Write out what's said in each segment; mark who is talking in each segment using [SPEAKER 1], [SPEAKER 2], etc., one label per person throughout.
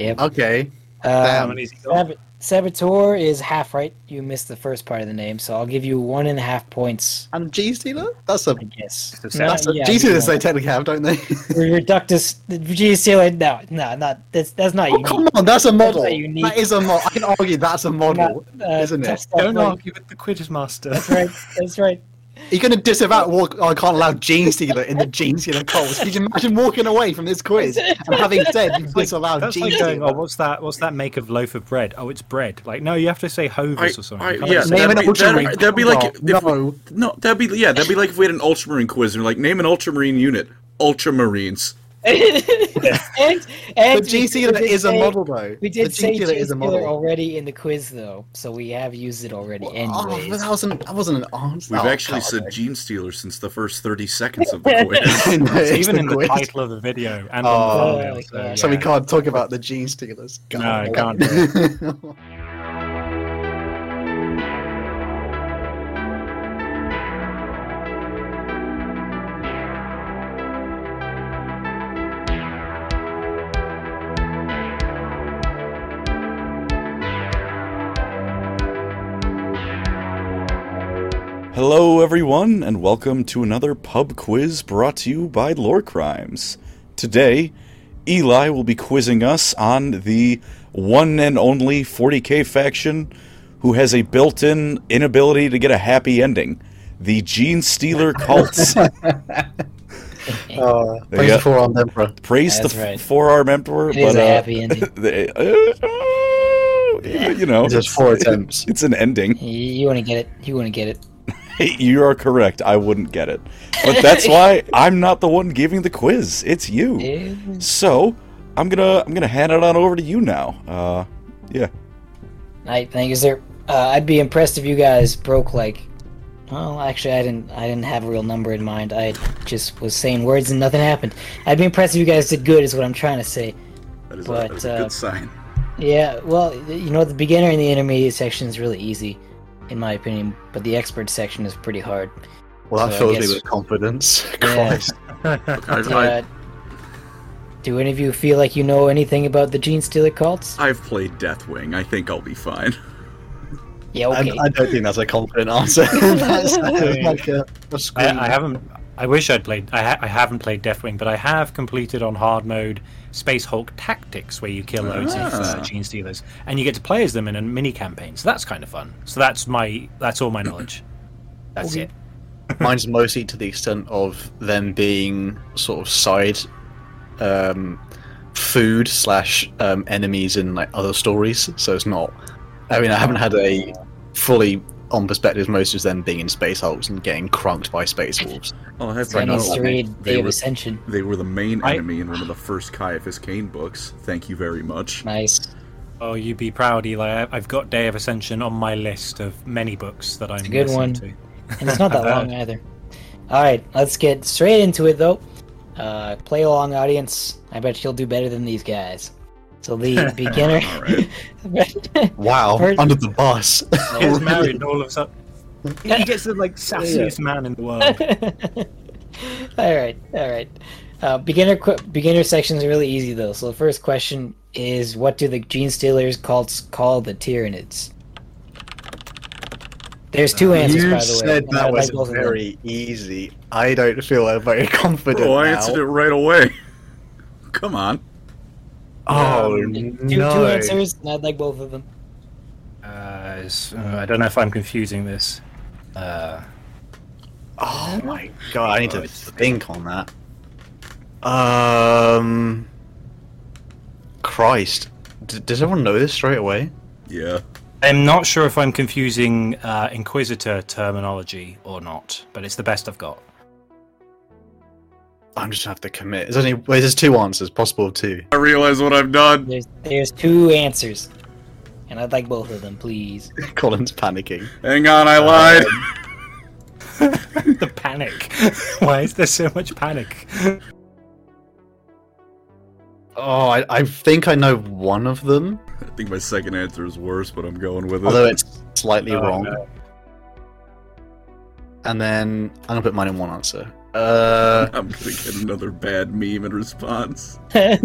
[SPEAKER 1] Yep.
[SPEAKER 2] Okay.
[SPEAKER 3] How
[SPEAKER 1] Um,
[SPEAKER 3] many is he got?
[SPEAKER 1] Sab- Saboteur is half right. You missed the first part of the name, so I'll give you one and a half points.
[SPEAKER 2] And G's dealer? That's a
[SPEAKER 1] I guess.
[SPEAKER 3] So
[SPEAKER 1] No,
[SPEAKER 3] Sab-
[SPEAKER 2] that's a
[SPEAKER 1] Uh, yeah,
[SPEAKER 2] G's
[SPEAKER 1] you
[SPEAKER 2] dealers
[SPEAKER 1] know.
[SPEAKER 2] they technically have, don't they?
[SPEAKER 1] Re- Reductus. Geez, Sailor. No, no, not that's that's not
[SPEAKER 2] oh,
[SPEAKER 1] unique.
[SPEAKER 2] come on, that's a model.
[SPEAKER 1] not unique.
[SPEAKER 2] That is a model. I can argue that's a model.
[SPEAKER 1] Not, uh,
[SPEAKER 2] isn't it?
[SPEAKER 1] tough stuff,
[SPEAKER 4] Don't
[SPEAKER 1] like-
[SPEAKER 4] argue with the Quizmaster.
[SPEAKER 1] That's right. That's right.
[SPEAKER 2] You're going to disavow walk. oh, I can't allow Gene Stealer in the Gene Stealer calls. Could you imagine walking away from this quiz and having said you disallowed
[SPEAKER 4] That's
[SPEAKER 2] Gene
[SPEAKER 4] like going, oh,
[SPEAKER 2] Stealer?
[SPEAKER 4] what's that? What's that make of loaf of bread? Oh, it's bread. Like, no, you have to say hovis or something.
[SPEAKER 5] I-
[SPEAKER 4] You can't
[SPEAKER 5] yeah,
[SPEAKER 4] say-
[SPEAKER 5] that'd
[SPEAKER 2] Name an
[SPEAKER 5] be-
[SPEAKER 2] ultramarine.
[SPEAKER 5] that'd- that'd be like if we-
[SPEAKER 2] no.
[SPEAKER 5] No, that'd be yeah, that'd be like if we had an ultramarine quiz and we're like name an ultramarine unit. Ultramarines.
[SPEAKER 1] and and
[SPEAKER 2] The Gene
[SPEAKER 1] we
[SPEAKER 2] Stealer
[SPEAKER 1] did
[SPEAKER 2] is a
[SPEAKER 1] say-
[SPEAKER 2] model, though.
[SPEAKER 1] We did
[SPEAKER 2] the
[SPEAKER 1] say
[SPEAKER 2] Gene
[SPEAKER 1] Gene
[SPEAKER 2] Stealer is a
[SPEAKER 1] Stealer
[SPEAKER 2] model.
[SPEAKER 1] already in the quiz, though, so we have used it already.
[SPEAKER 2] Oh, but
[SPEAKER 1] Anyways,
[SPEAKER 2] that wasn't that wasn't an answer.
[SPEAKER 5] We've
[SPEAKER 2] Oh,
[SPEAKER 5] actually
[SPEAKER 2] God.
[SPEAKER 5] said Gene Stealer since the first thirty seconds of the quiz.
[SPEAKER 2] I know,
[SPEAKER 4] it's
[SPEAKER 2] it's
[SPEAKER 4] even in the
[SPEAKER 2] quiz.
[SPEAKER 4] title of the video and
[SPEAKER 2] Oh,
[SPEAKER 4] on the thumbnail.
[SPEAKER 1] my
[SPEAKER 4] So,
[SPEAKER 1] gosh.
[SPEAKER 2] So we
[SPEAKER 4] yeah.
[SPEAKER 2] can't talk about the Gene Stealers.
[SPEAKER 4] No, I can't
[SPEAKER 2] can't.
[SPEAKER 5] Hello, everyone, and welcome to another pub quiz brought to you by Lore Crimes. Today, Eli will be quizzing us on the one and only 40k faction who has a built in inability to get a happy ending the Gene Stealer cults.
[SPEAKER 2] Oh,
[SPEAKER 5] There you go.
[SPEAKER 2] Praise for on Emperor.
[SPEAKER 5] Praise
[SPEAKER 1] That's
[SPEAKER 5] the
[SPEAKER 1] right.
[SPEAKER 5] four arm emperor,
[SPEAKER 1] it
[SPEAKER 5] but
[SPEAKER 1] is a
[SPEAKER 5] uh,
[SPEAKER 1] happy ending.
[SPEAKER 5] they- uh, you know,
[SPEAKER 2] Just four attempts.
[SPEAKER 5] it's an ending.
[SPEAKER 1] You, you want to get it? You want to get it?
[SPEAKER 5] you are correct. I wouldn't get it. But that's why I'm not the one giving the quiz. It's you.
[SPEAKER 1] Eh,
[SPEAKER 5] So I'm gonna I'm gonna hand it on over to you now. Uh, yeah.
[SPEAKER 1] I thank you, sir. Uh, I'd be impressed if you guys broke like. Well, actually, I didn't. I didn't have a real number in mind. I just was saying words and nothing happened. I'd be impressed if you guys did good, is what I'm trying to say.
[SPEAKER 5] That
[SPEAKER 1] is a- that is a But, good uh,
[SPEAKER 5] sign.
[SPEAKER 1] Yeah, well, you know, the beginner and the intermediate section is really easy, in my opinion, but the expert section is pretty hard.
[SPEAKER 2] Well, that
[SPEAKER 1] So I
[SPEAKER 2] fills me
[SPEAKER 1] guess-
[SPEAKER 2] with confidence.
[SPEAKER 1] Yeah.
[SPEAKER 2] Christ.
[SPEAKER 5] I've,
[SPEAKER 1] Uh, do any of you feel like you know anything about the Gene Stealer cults?
[SPEAKER 5] I've played Deathwing. I think I'll be fine.
[SPEAKER 1] Yeah, okay.
[SPEAKER 2] I, I don't think that's a confident answer. that's that's like a, a
[SPEAKER 4] I,
[SPEAKER 2] scream.
[SPEAKER 4] I haven't. I wish I'd played. I, ha- I haven't played Deathwing, but I have completed on hard mode Space Hulk Tactics, where you kill loads of
[SPEAKER 5] Ah.
[SPEAKER 4] uh, Gene Stealers, and you get to play as them in a mini campaign. So that's kind of fun. So that's my. That's all my knowledge. That's
[SPEAKER 1] Okay.
[SPEAKER 4] it.
[SPEAKER 2] Mine's mostly to the extent of them being sort of side um, food slash um, enemies in like other stories. So it's not. I mean, I haven't had a fully on perspective most of them being in space hulks and getting crunked by space wolves.
[SPEAKER 5] Oh, I
[SPEAKER 1] So I need to read
[SPEAKER 5] They
[SPEAKER 1] Day of
[SPEAKER 5] were,
[SPEAKER 1] Ascension.
[SPEAKER 5] they were the main
[SPEAKER 4] I-
[SPEAKER 5] enemy in one of the first Caiaphas Kane books. Thank you very much.
[SPEAKER 1] Nice.
[SPEAKER 4] Oh, you'd be proud, Eli. I- I've got Day of Ascension on my list of many books that I'm
[SPEAKER 1] a good
[SPEAKER 4] listening
[SPEAKER 1] one.
[SPEAKER 4] to.
[SPEAKER 1] And it's not that long either. All right, let's get straight into it though. Uh, play along, audience. I bet you'll do better than these guys. So the beginner.
[SPEAKER 5] All right.
[SPEAKER 2] Wow,
[SPEAKER 1] Heard-
[SPEAKER 2] under the bus.
[SPEAKER 4] He's married and all of a sudden. He gets the like sassiest man in the world.
[SPEAKER 1] all right, all right. Uh, beginner qu- beginner sections are really easy though. So the first question is, what do the Gene Stealers cults call the Tyranids? There's two answers, by
[SPEAKER 2] Uh, you
[SPEAKER 1] the way.
[SPEAKER 2] said
[SPEAKER 1] and I'd
[SPEAKER 2] that
[SPEAKER 1] like
[SPEAKER 2] was
[SPEAKER 1] both of them.
[SPEAKER 2] very easy. I don't feel very confident
[SPEAKER 5] Bro, Oh, I
[SPEAKER 2] now.
[SPEAKER 5] answered it right away. Come on.
[SPEAKER 2] Oh
[SPEAKER 1] Um, Two,
[SPEAKER 2] no!
[SPEAKER 1] two answers, and I'd like both of them.
[SPEAKER 4] Uh, it's- uh, I don't know if I'm confusing this. Uh,
[SPEAKER 2] Oh my god! I need to think on that. Um, Christ! D- does everyone know this straight away?
[SPEAKER 5] Yeah.
[SPEAKER 4] I'm not sure if I'm confusing uh, Inquisitor terminology or not, but it's the best I've got.
[SPEAKER 2] I'm just gonna have to commit. There's only wait, there's two answers, possible two.
[SPEAKER 5] I realize what I've done.
[SPEAKER 1] There's there's two answers, and I'd like both of them, please.
[SPEAKER 2] Colin's panicking.
[SPEAKER 5] Hang on, I lied.
[SPEAKER 4] the panic. Why is there so much panic?
[SPEAKER 2] Oh, I, I think I know one of them,
[SPEAKER 5] I think my second answer is worse, but I'm going with it.
[SPEAKER 2] although it's slightly
[SPEAKER 4] Oh,
[SPEAKER 2] wrong.
[SPEAKER 4] no.
[SPEAKER 2] And then I'm gonna put mine in one answer. Uh,
[SPEAKER 5] I'm gonna get another bad meme in response.
[SPEAKER 4] I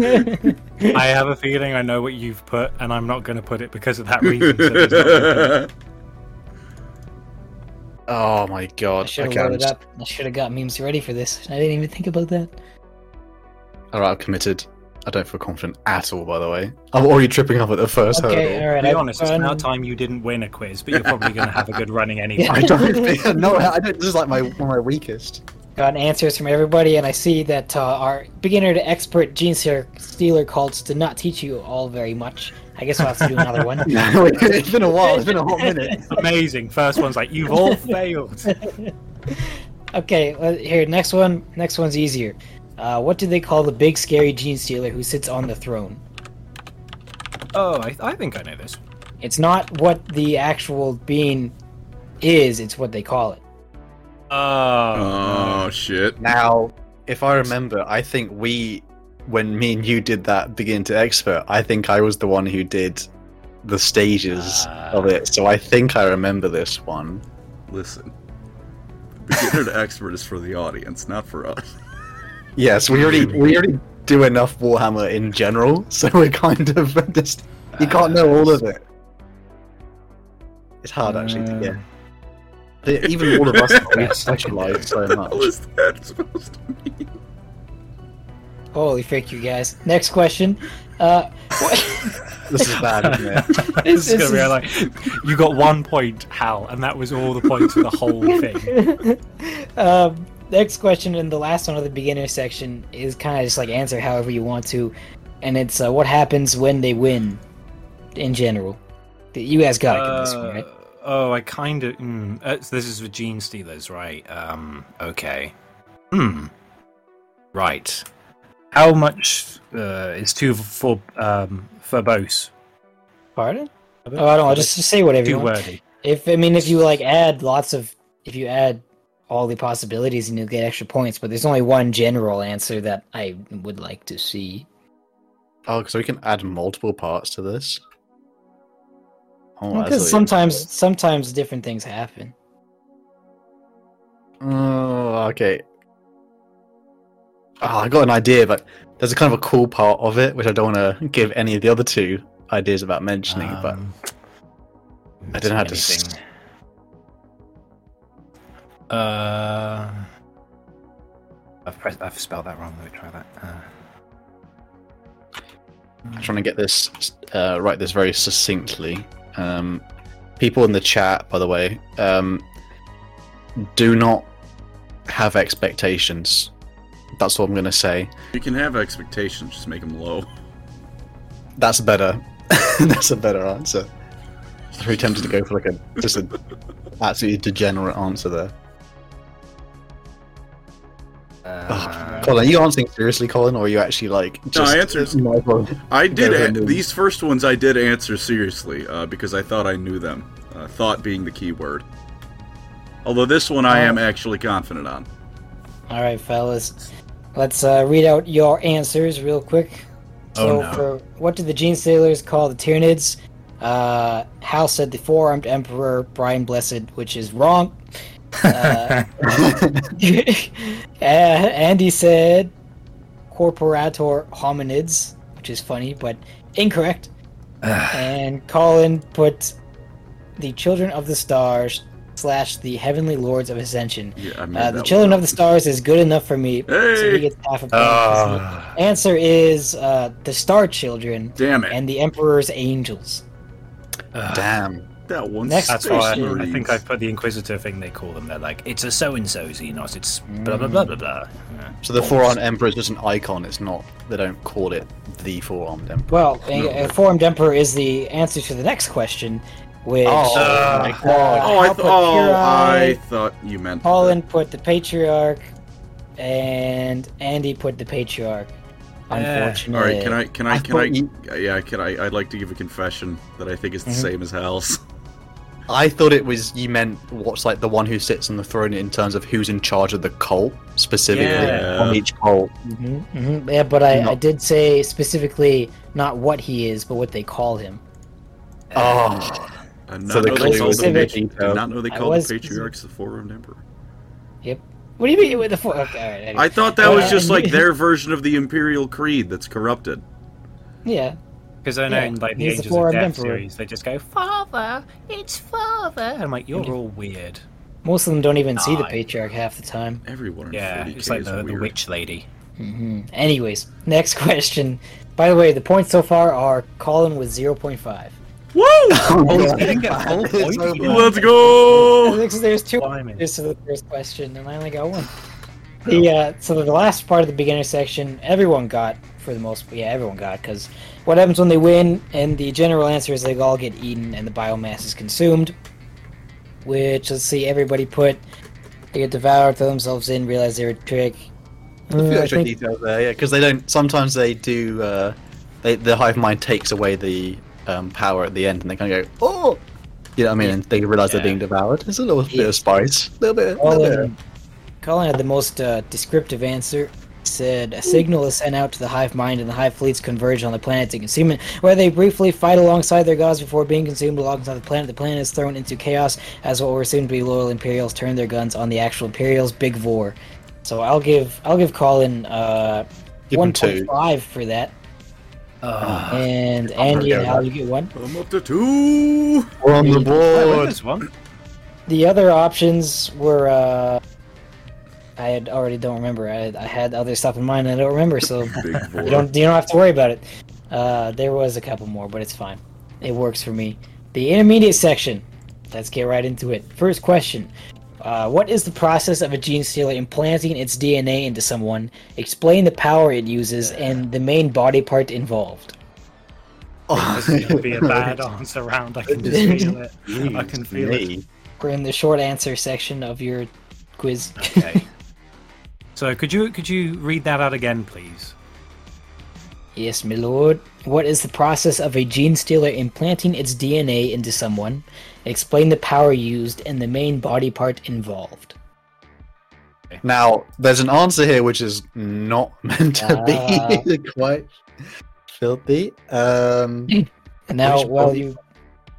[SPEAKER 4] have a feeling I know what you've put, and I'm not going to put it because of that reason. So there's no-
[SPEAKER 2] oh my
[SPEAKER 1] I
[SPEAKER 2] god.
[SPEAKER 1] should have
[SPEAKER 2] Okay, I'm
[SPEAKER 1] loaded
[SPEAKER 2] just-
[SPEAKER 1] up. I should have got memes ready for this. I didn't even think about that.
[SPEAKER 2] All right, I've committed. I don't feel confident at all, by the way. I'm already tripping up at the first
[SPEAKER 1] Okay,
[SPEAKER 2] hurdle.
[SPEAKER 1] all right.
[SPEAKER 4] be
[SPEAKER 1] I've
[SPEAKER 4] honest, it's now
[SPEAKER 1] run-
[SPEAKER 4] time you didn't win a quiz, but you're probably going to have a good running anyway.
[SPEAKER 2] I don't. no, I don't. This is like my one of my weakest.
[SPEAKER 1] gotten answers from everybody, and I see that uh, our beginner to expert gene stealer, stealer cults did not teach you all very much. I guess we'll have to do another one.
[SPEAKER 2] it's been a while. It's been a hot minute.
[SPEAKER 4] Amazing. First one's like, you've all failed.
[SPEAKER 1] Okay, well, here, next one. Next one's easier. Uh, what do they call the big scary gene stealer who sits on the throne?
[SPEAKER 4] Oh, I, I think I know this.
[SPEAKER 1] It's not what the actual being is, it's what they call it.
[SPEAKER 4] Oh.
[SPEAKER 5] oh shit!
[SPEAKER 2] Now, if I remember, I think we, when me and you did that begin to expert, I think I was the one who did the stages of it. So I think I remember this one.
[SPEAKER 5] Listen, beginner to expert is for the audience, not for us.
[SPEAKER 2] Yes, we already we already do enough Warhammer in general, so we're kind of just you can't know all of it. It's hard actually to get. The- Even all of us we specialize so
[SPEAKER 5] What
[SPEAKER 2] much.
[SPEAKER 5] the hell is that supposed to mean?
[SPEAKER 1] Holy frick, you guys. Next question. Uh, what-
[SPEAKER 2] This is bad, isn't it?
[SPEAKER 4] This,
[SPEAKER 1] this
[SPEAKER 4] is
[SPEAKER 1] is-
[SPEAKER 4] gonna be like, you got one point, Hal, and that was all the points of the whole thing.
[SPEAKER 1] um, next question and the last one of the beginner section is kind of just like answer however you want to, and it's uh, what happens when they win, in general. You guys got it this one,
[SPEAKER 4] Uh,
[SPEAKER 1] right?
[SPEAKER 4] Oh, I kind of. Mm, uh, so this is with Gene Stealers, right? Um, okay. Hmm. Right. How much uh, is two for um, verbose?
[SPEAKER 1] Pardon? Oh, I don't know. Just just say whatever you
[SPEAKER 4] too
[SPEAKER 1] want.
[SPEAKER 4] wordy.
[SPEAKER 1] If I mean, if you like add lots of, if you add all the possibilities, and you'll get extra points. But there's only one general answer that I would like to see.
[SPEAKER 2] Oh, because we can add multiple parts to this. Oh,
[SPEAKER 1] Because
[SPEAKER 2] that's what
[SPEAKER 1] sometimes, sometimes different things happen.
[SPEAKER 2] you- Oh, okay. Oh, I got an idea, but there's a kind of a cool part of it which I don't want to give any of the other two ideas about mentioning. but
[SPEAKER 4] Um,
[SPEAKER 2] I don't know how to s-
[SPEAKER 4] anything. Uh, I've pressed. I've spelled that wrong. Let me try that. Uh,
[SPEAKER 2] I'm trying to get this uh, write this very succinctly. Um, people in the chat, by the way, um, do not have expectations. That's what I'm going to say.
[SPEAKER 5] You can have expectations, just make them low.
[SPEAKER 2] That's better. That's a better answer. I'm very tempted to go for like a just a absolutely degenerate answer there.
[SPEAKER 4] uh,
[SPEAKER 2] Colin, are you answering seriously, Colin, or are you actually like just
[SPEAKER 5] No, I answered.
[SPEAKER 2] No, Colin.
[SPEAKER 5] I did
[SPEAKER 2] Go ahead,
[SPEAKER 5] a-
[SPEAKER 2] Lou.
[SPEAKER 5] these first ones. I did answer seriously uh, because I thought I knew them. Uh, thought being the key word. Although this one I am actually confident on.
[SPEAKER 1] All right, fellas, let's uh, read out your answers real quick. So,
[SPEAKER 4] Oh, no.
[SPEAKER 1] for what do the Gene Sailors call the Tyranids? Uh, Hal said the four armed Emperor, Brian Blessed, which is wrong. Uh, uh, Andy said Corporator hominids, which is funny but incorrect. and Colin put the Children of the Stars slash the Heavenly Lords of Ascension.
[SPEAKER 5] Yeah, I mean,
[SPEAKER 1] Uh, the Children of the Stars is good enough for me, so he
[SPEAKER 5] Hey!
[SPEAKER 1] gets half a point.
[SPEAKER 4] Ah.
[SPEAKER 1] Answer is uh, the Star Children
[SPEAKER 5] Damn it!
[SPEAKER 1] and the Emperor's Angels.
[SPEAKER 2] Damn.
[SPEAKER 5] that one.
[SPEAKER 1] Next Uh,
[SPEAKER 4] uh, That's
[SPEAKER 5] Space
[SPEAKER 4] why I, I
[SPEAKER 5] Marines.
[SPEAKER 4] think I put the Inquisitor thing they call them. They're like, it's a so and so Xenos, it's blah blah blah blah blah. Yeah.
[SPEAKER 2] So the four-armed emperor is just an icon. It's not. They don't call it the four-armed emperor.
[SPEAKER 1] Well, a, a formed Emperor is the answer to the next question, which
[SPEAKER 2] Oh,
[SPEAKER 1] uh,
[SPEAKER 2] my god.
[SPEAKER 5] Oh, I,
[SPEAKER 1] I'll
[SPEAKER 5] th-
[SPEAKER 1] put
[SPEAKER 5] oh
[SPEAKER 1] Kirai,
[SPEAKER 5] I thought you meant
[SPEAKER 1] Colin put the Patriarch, and Andy put the Patriarch.
[SPEAKER 4] Yeah.
[SPEAKER 5] Eh. All
[SPEAKER 1] Unfortunately.
[SPEAKER 5] right, can I can I,
[SPEAKER 2] I
[SPEAKER 5] can I
[SPEAKER 2] thought you-
[SPEAKER 5] yeah can I I'd like to give a confession that I think is the
[SPEAKER 1] Mhm.
[SPEAKER 5] same as Hal's.
[SPEAKER 2] I thought it was you meant what's like the one who sits on the throne in terms of who's in charge of the cult specifically
[SPEAKER 5] Yeah.
[SPEAKER 2] on each cult.
[SPEAKER 1] hmm Yeah, but I, I
[SPEAKER 2] No.
[SPEAKER 1] did say specifically not what he is, but what they call him.
[SPEAKER 2] Oh,
[SPEAKER 5] I
[SPEAKER 2] so the
[SPEAKER 5] did not know they
[SPEAKER 1] clue
[SPEAKER 5] called
[SPEAKER 2] clues
[SPEAKER 1] was
[SPEAKER 5] the
[SPEAKER 1] in
[SPEAKER 2] in
[SPEAKER 1] the
[SPEAKER 5] patri-
[SPEAKER 2] detail.
[SPEAKER 5] did not know they
[SPEAKER 1] I
[SPEAKER 5] called the
[SPEAKER 1] was-
[SPEAKER 5] patriarchs the four armed emperor.
[SPEAKER 1] Yep. What do you mean with the fork? Okay, all right, anyway.
[SPEAKER 5] I thought that was
[SPEAKER 1] Uh,
[SPEAKER 5] just like their version of the Imperial Creed that's corrupted.
[SPEAKER 1] Yeah.
[SPEAKER 4] Because I know
[SPEAKER 1] Yeah,
[SPEAKER 4] in like the
[SPEAKER 1] he's the
[SPEAKER 4] Angels
[SPEAKER 1] Forum
[SPEAKER 4] of Death
[SPEAKER 1] Emperor.
[SPEAKER 4] series, they just go, "Father, it's father," and I'm like, "You're all weird."
[SPEAKER 1] Most of them don't even see the
[SPEAKER 4] Nice.
[SPEAKER 1] patriarch half the time.
[SPEAKER 5] Everyone in
[SPEAKER 4] Yeah,
[SPEAKER 5] 40k
[SPEAKER 4] it's like
[SPEAKER 5] is
[SPEAKER 4] the, the
[SPEAKER 5] weird.
[SPEAKER 4] witch lady.
[SPEAKER 1] Anyways, next question. By the way, the points so far are Colin with 0.5.
[SPEAKER 5] Woo!
[SPEAKER 4] Oh, he's gonna get a whole
[SPEAKER 2] It's
[SPEAKER 4] point
[SPEAKER 2] over.
[SPEAKER 4] here.
[SPEAKER 5] Let's go!
[SPEAKER 1] There's, there's two
[SPEAKER 4] Blimey.
[SPEAKER 1] answers to the first question, and I only got one. The uh, so the last part of the beginner section, everyone got for the most. Yeah, everyone got because what happens when they win? And the general answer is they all get eaten and the biomass is consumed. Which let's see, everybody put they get devoured, throw themselves in, realize they're a trick.
[SPEAKER 2] A few
[SPEAKER 1] Uh, I
[SPEAKER 2] extra
[SPEAKER 1] think-
[SPEAKER 2] details there, yeah, because they don't. Sometimes they do. Uh, they, the hive mind takes away the um, power at the end, and they kind of go, "Oh," you know what I mean? And they realize
[SPEAKER 4] Yeah.
[SPEAKER 2] they're being devoured. It's a little bit
[SPEAKER 1] Yeah.
[SPEAKER 2] of spice, Oh, a little bit. little bit.
[SPEAKER 1] Colin, Colin had the most uh, descriptive answer. Said a signal is sent out to the hive mind, and the hive fleets converge on the planet to consume it, where they briefly fight alongside their gods before being consumed alongside the planet. The planet is thrown into chaos as what were soon to be loyal Imperials turn their guns on the actual Imperials. Big Vor. So I'll give I'll give Colin uh,
[SPEAKER 2] Give him
[SPEAKER 1] one
[SPEAKER 2] two. Ah,
[SPEAKER 1] point five for that,
[SPEAKER 4] Uh,
[SPEAKER 1] and Andy
[SPEAKER 2] go
[SPEAKER 1] and
[SPEAKER 2] with
[SPEAKER 1] Al,
[SPEAKER 2] that.
[SPEAKER 1] you get one.
[SPEAKER 5] I'm up to two.
[SPEAKER 2] We're on the board.
[SPEAKER 4] there's one.
[SPEAKER 1] The other options were uh, I had already don't remember. I, I had other stuff in mind. and I don't remember, so
[SPEAKER 5] Big four.
[SPEAKER 1] You don't you don't have to worry about it. Uh, there was a couple more, but it's fine. It works for me. The intermediate section. Let's get right into it. First question. Uh, what is the process of a gene stealer implanting its DNA into someone? Explain the power it uses and the main body part involved.
[SPEAKER 4] This is gonna be a bad answer round. I can just feel it. I can feel it.
[SPEAKER 2] Me.
[SPEAKER 1] We're in the short answer section of your quiz.
[SPEAKER 4] Okay. So could you could you read that out again, please?
[SPEAKER 1] Yes, my lord. What is the process of a gene stealer implanting its DNA into someone? Explain the power used and the main body part involved.
[SPEAKER 2] Now, there's an answer here which is not meant to be quite filthy. Um,
[SPEAKER 1] And now,
[SPEAKER 2] Which
[SPEAKER 1] while
[SPEAKER 2] one?
[SPEAKER 1] you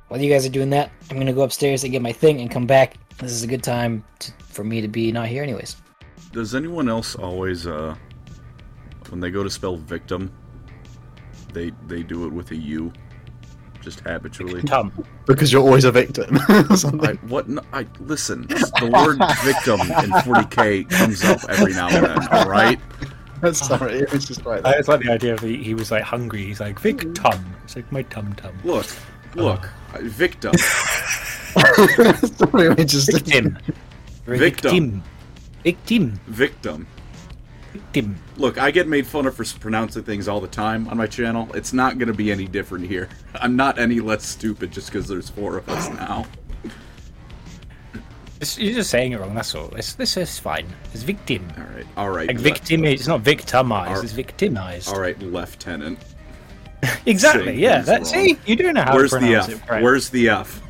[SPEAKER 1] while you guys are doing that, I'm gonna go upstairs and get my thing and come back. This is a good time to, for me to be not here, anyways.
[SPEAKER 5] Does anyone else always, uh, when they go to spell victim, they they do it with a U, just habitually.
[SPEAKER 4] Tom.
[SPEAKER 2] because you're always a victim. or
[SPEAKER 5] I,
[SPEAKER 2] something.
[SPEAKER 5] what? n- I listen. The word victim in 40k comes up every now and then. All right.
[SPEAKER 2] Sorry, it was just like
[SPEAKER 4] I
[SPEAKER 2] that.
[SPEAKER 4] just like the idea of he, he was like hungry. He's like Vic Tom. It's like my tum tum.
[SPEAKER 5] Look, look. I- Victim.
[SPEAKER 2] Sorry, we just
[SPEAKER 4] Victim.
[SPEAKER 5] Victim.
[SPEAKER 4] Victim.
[SPEAKER 5] Victim.
[SPEAKER 4] Victim.
[SPEAKER 5] Look, I get made fun of for s- pronouncing things all the time on my channel. It's not going to be any different here. I'm not any less stupid just because there's four of us now.
[SPEAKER 4] It's, you're just saying it wrong. That's all. It's, this is fine. It's victim.
[SPEAKER 5] All right. All right.
[SPEAKER 4] Like
[SPEAKER 5] le-
[SPEAKER 4] victim. It's not victimized.
[SPEAKER 5] Ar-
[SPEAKER 4] It's victimized.
[SPEAKER 5] All right, Lieutenant.
[SPEAKER 4] Exactly.
[SPEAKER 5] saying
[SPEAKER 4] Yeah.
[SPEAKER 5] things
[SPEAKER 4] That, see,
[SPEAKER 5] wrong.
[SPEAKER 4] you do know how
[SPEAKER 5] Where's
[SPEAKER 4] to
[SPEAKER 5] the
[SPEAKER 4] pronounce
[SPEAKER 5] F?
[SPEAKER 4] it. Right.
[SPEAKER 5] Where's the F?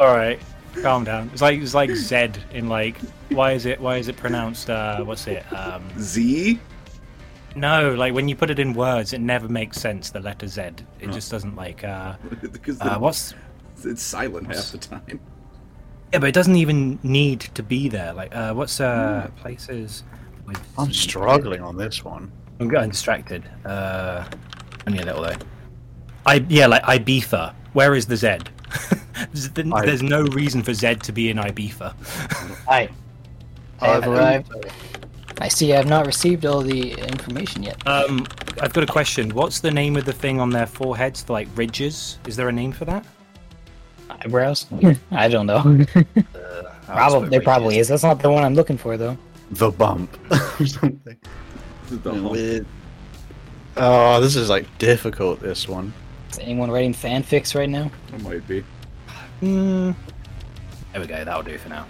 [SPEAKER 4] All right. Calm down. It's like it's like Z in like. Why is it? Why is it pronounced? Uh, what's it? Um,
[SPEAKER 5] Z?
[SPEAKER 4] no, like when you put it in words, it never makes sense. The letter Z. It
[SPEAKER 2] Hmm.
[SPEAKER 4] just doesn't like. Uh,
[SPEAKER 5] Because
[SPEAKER 4] uh,
[SPEAKER 5] the-
[SPEAKER 4] what's
[SPEAKER 5] it's silent half the time.
[SPEAKER 4] Yeah, but it doesn't even need to be there. Like, uh, what's uh, places? With...
[SPEAKER 2] Hmm. I'm struggling on this one.
[SPEAKER 4] I'm getting distracted. Uh, only a little though. I yeah, like Ibiza. Where is the Z? there's, the-
[SPEAKER 2] I-
[SPEAKER 4] there's no reason for Z to be in Ibiza.
[SPEAKER 1] I I have
[SPEAKER 2] I've-
[SPEAKER 1] arrived. I see. I have not received all the information yet.
[SPEAKER 4] um, I've got a question. What's the name of the thing on their foreheads? Like ridges? Is there a name for that?
[SPEAKER 1] Uh, Eyebrows? I don't know. probably there probably is. That's not the one I'm looking for though.
[SPEAKER 2] The bump or something.
[SPEAKER 5] The whole-
[SPEAKER 2] With... Oh, this is like difficult. This one.
[SPEAKER 1] Is anyone writing fanfics right now?
[SPEAKER 5] It might be.
[SPEAKER 4] Mm. There we go. That'll do for now.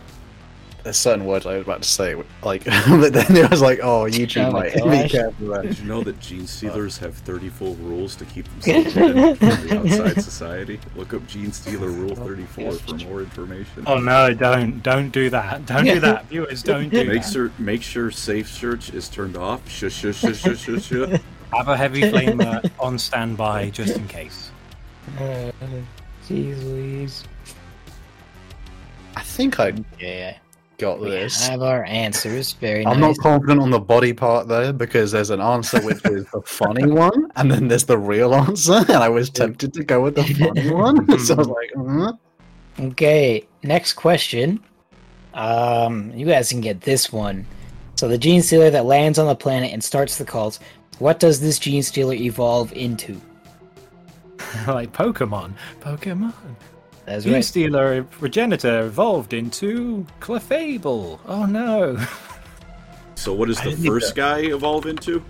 [SPEAKER 2] There's certain words I was about to say, like, but then it was like, oh, YouTube
[SPEAKER 1] Oh my
[SPEAKER 2] might
[SPEAKER 1] gosh.
[SPEAKER 2] be careful. there.
[SPEAKER 5] Did you know that gene stealers have 34 rules to keep themselves hidden from the outside society? Look up Gene Stealer Rule 34 for more information.
[SPEAKER 4] Oh no! Don't don't do that. Don't do that, viewers. Don't do
[SPEAKER 5] Make
[SPEAKER 4] that.
[SPEAKER 5] sure, make sure safe search is turned off. Shush, shush, shush, shush, shush, shush.
[SPEAKER 4] Have a heavy flamer on standby just in case.
[SPEAKER 1] Jeez Louise.
[SPEAKER 2] I think I
[SPEAKER 1] Yeah.
[SPEAKER 2] got
[SPEAKER 1] We
[SPEAKER 2] this.
[SPEAKER 1] have our answers. Very
[SPEAKER 2] I'm
[SPEAKER 1] nice.
[SPEAKER 2] not confident on the body part though, because there's an answer which is the funny one, and then there's the real answer, and I was tempted to go with the funny one. So I was like, mm.
[SPEAKER 1] Okay, next question. Um, you guys can get this one. So the gene stealer that lands on the planet and starts the cult. What does this gene stealer evolve into?
[SPEAKER 4] like Pokemon. Pokemon.
[SPEAKER 1] That's
[SPEAKER 4] Gene
[SPEAKER 1] right.
[SPEAKER 4] Stealer Progenitor evolved into Clefable. Oh no.
[SPEAKER 5] So what does the first guy evolve into?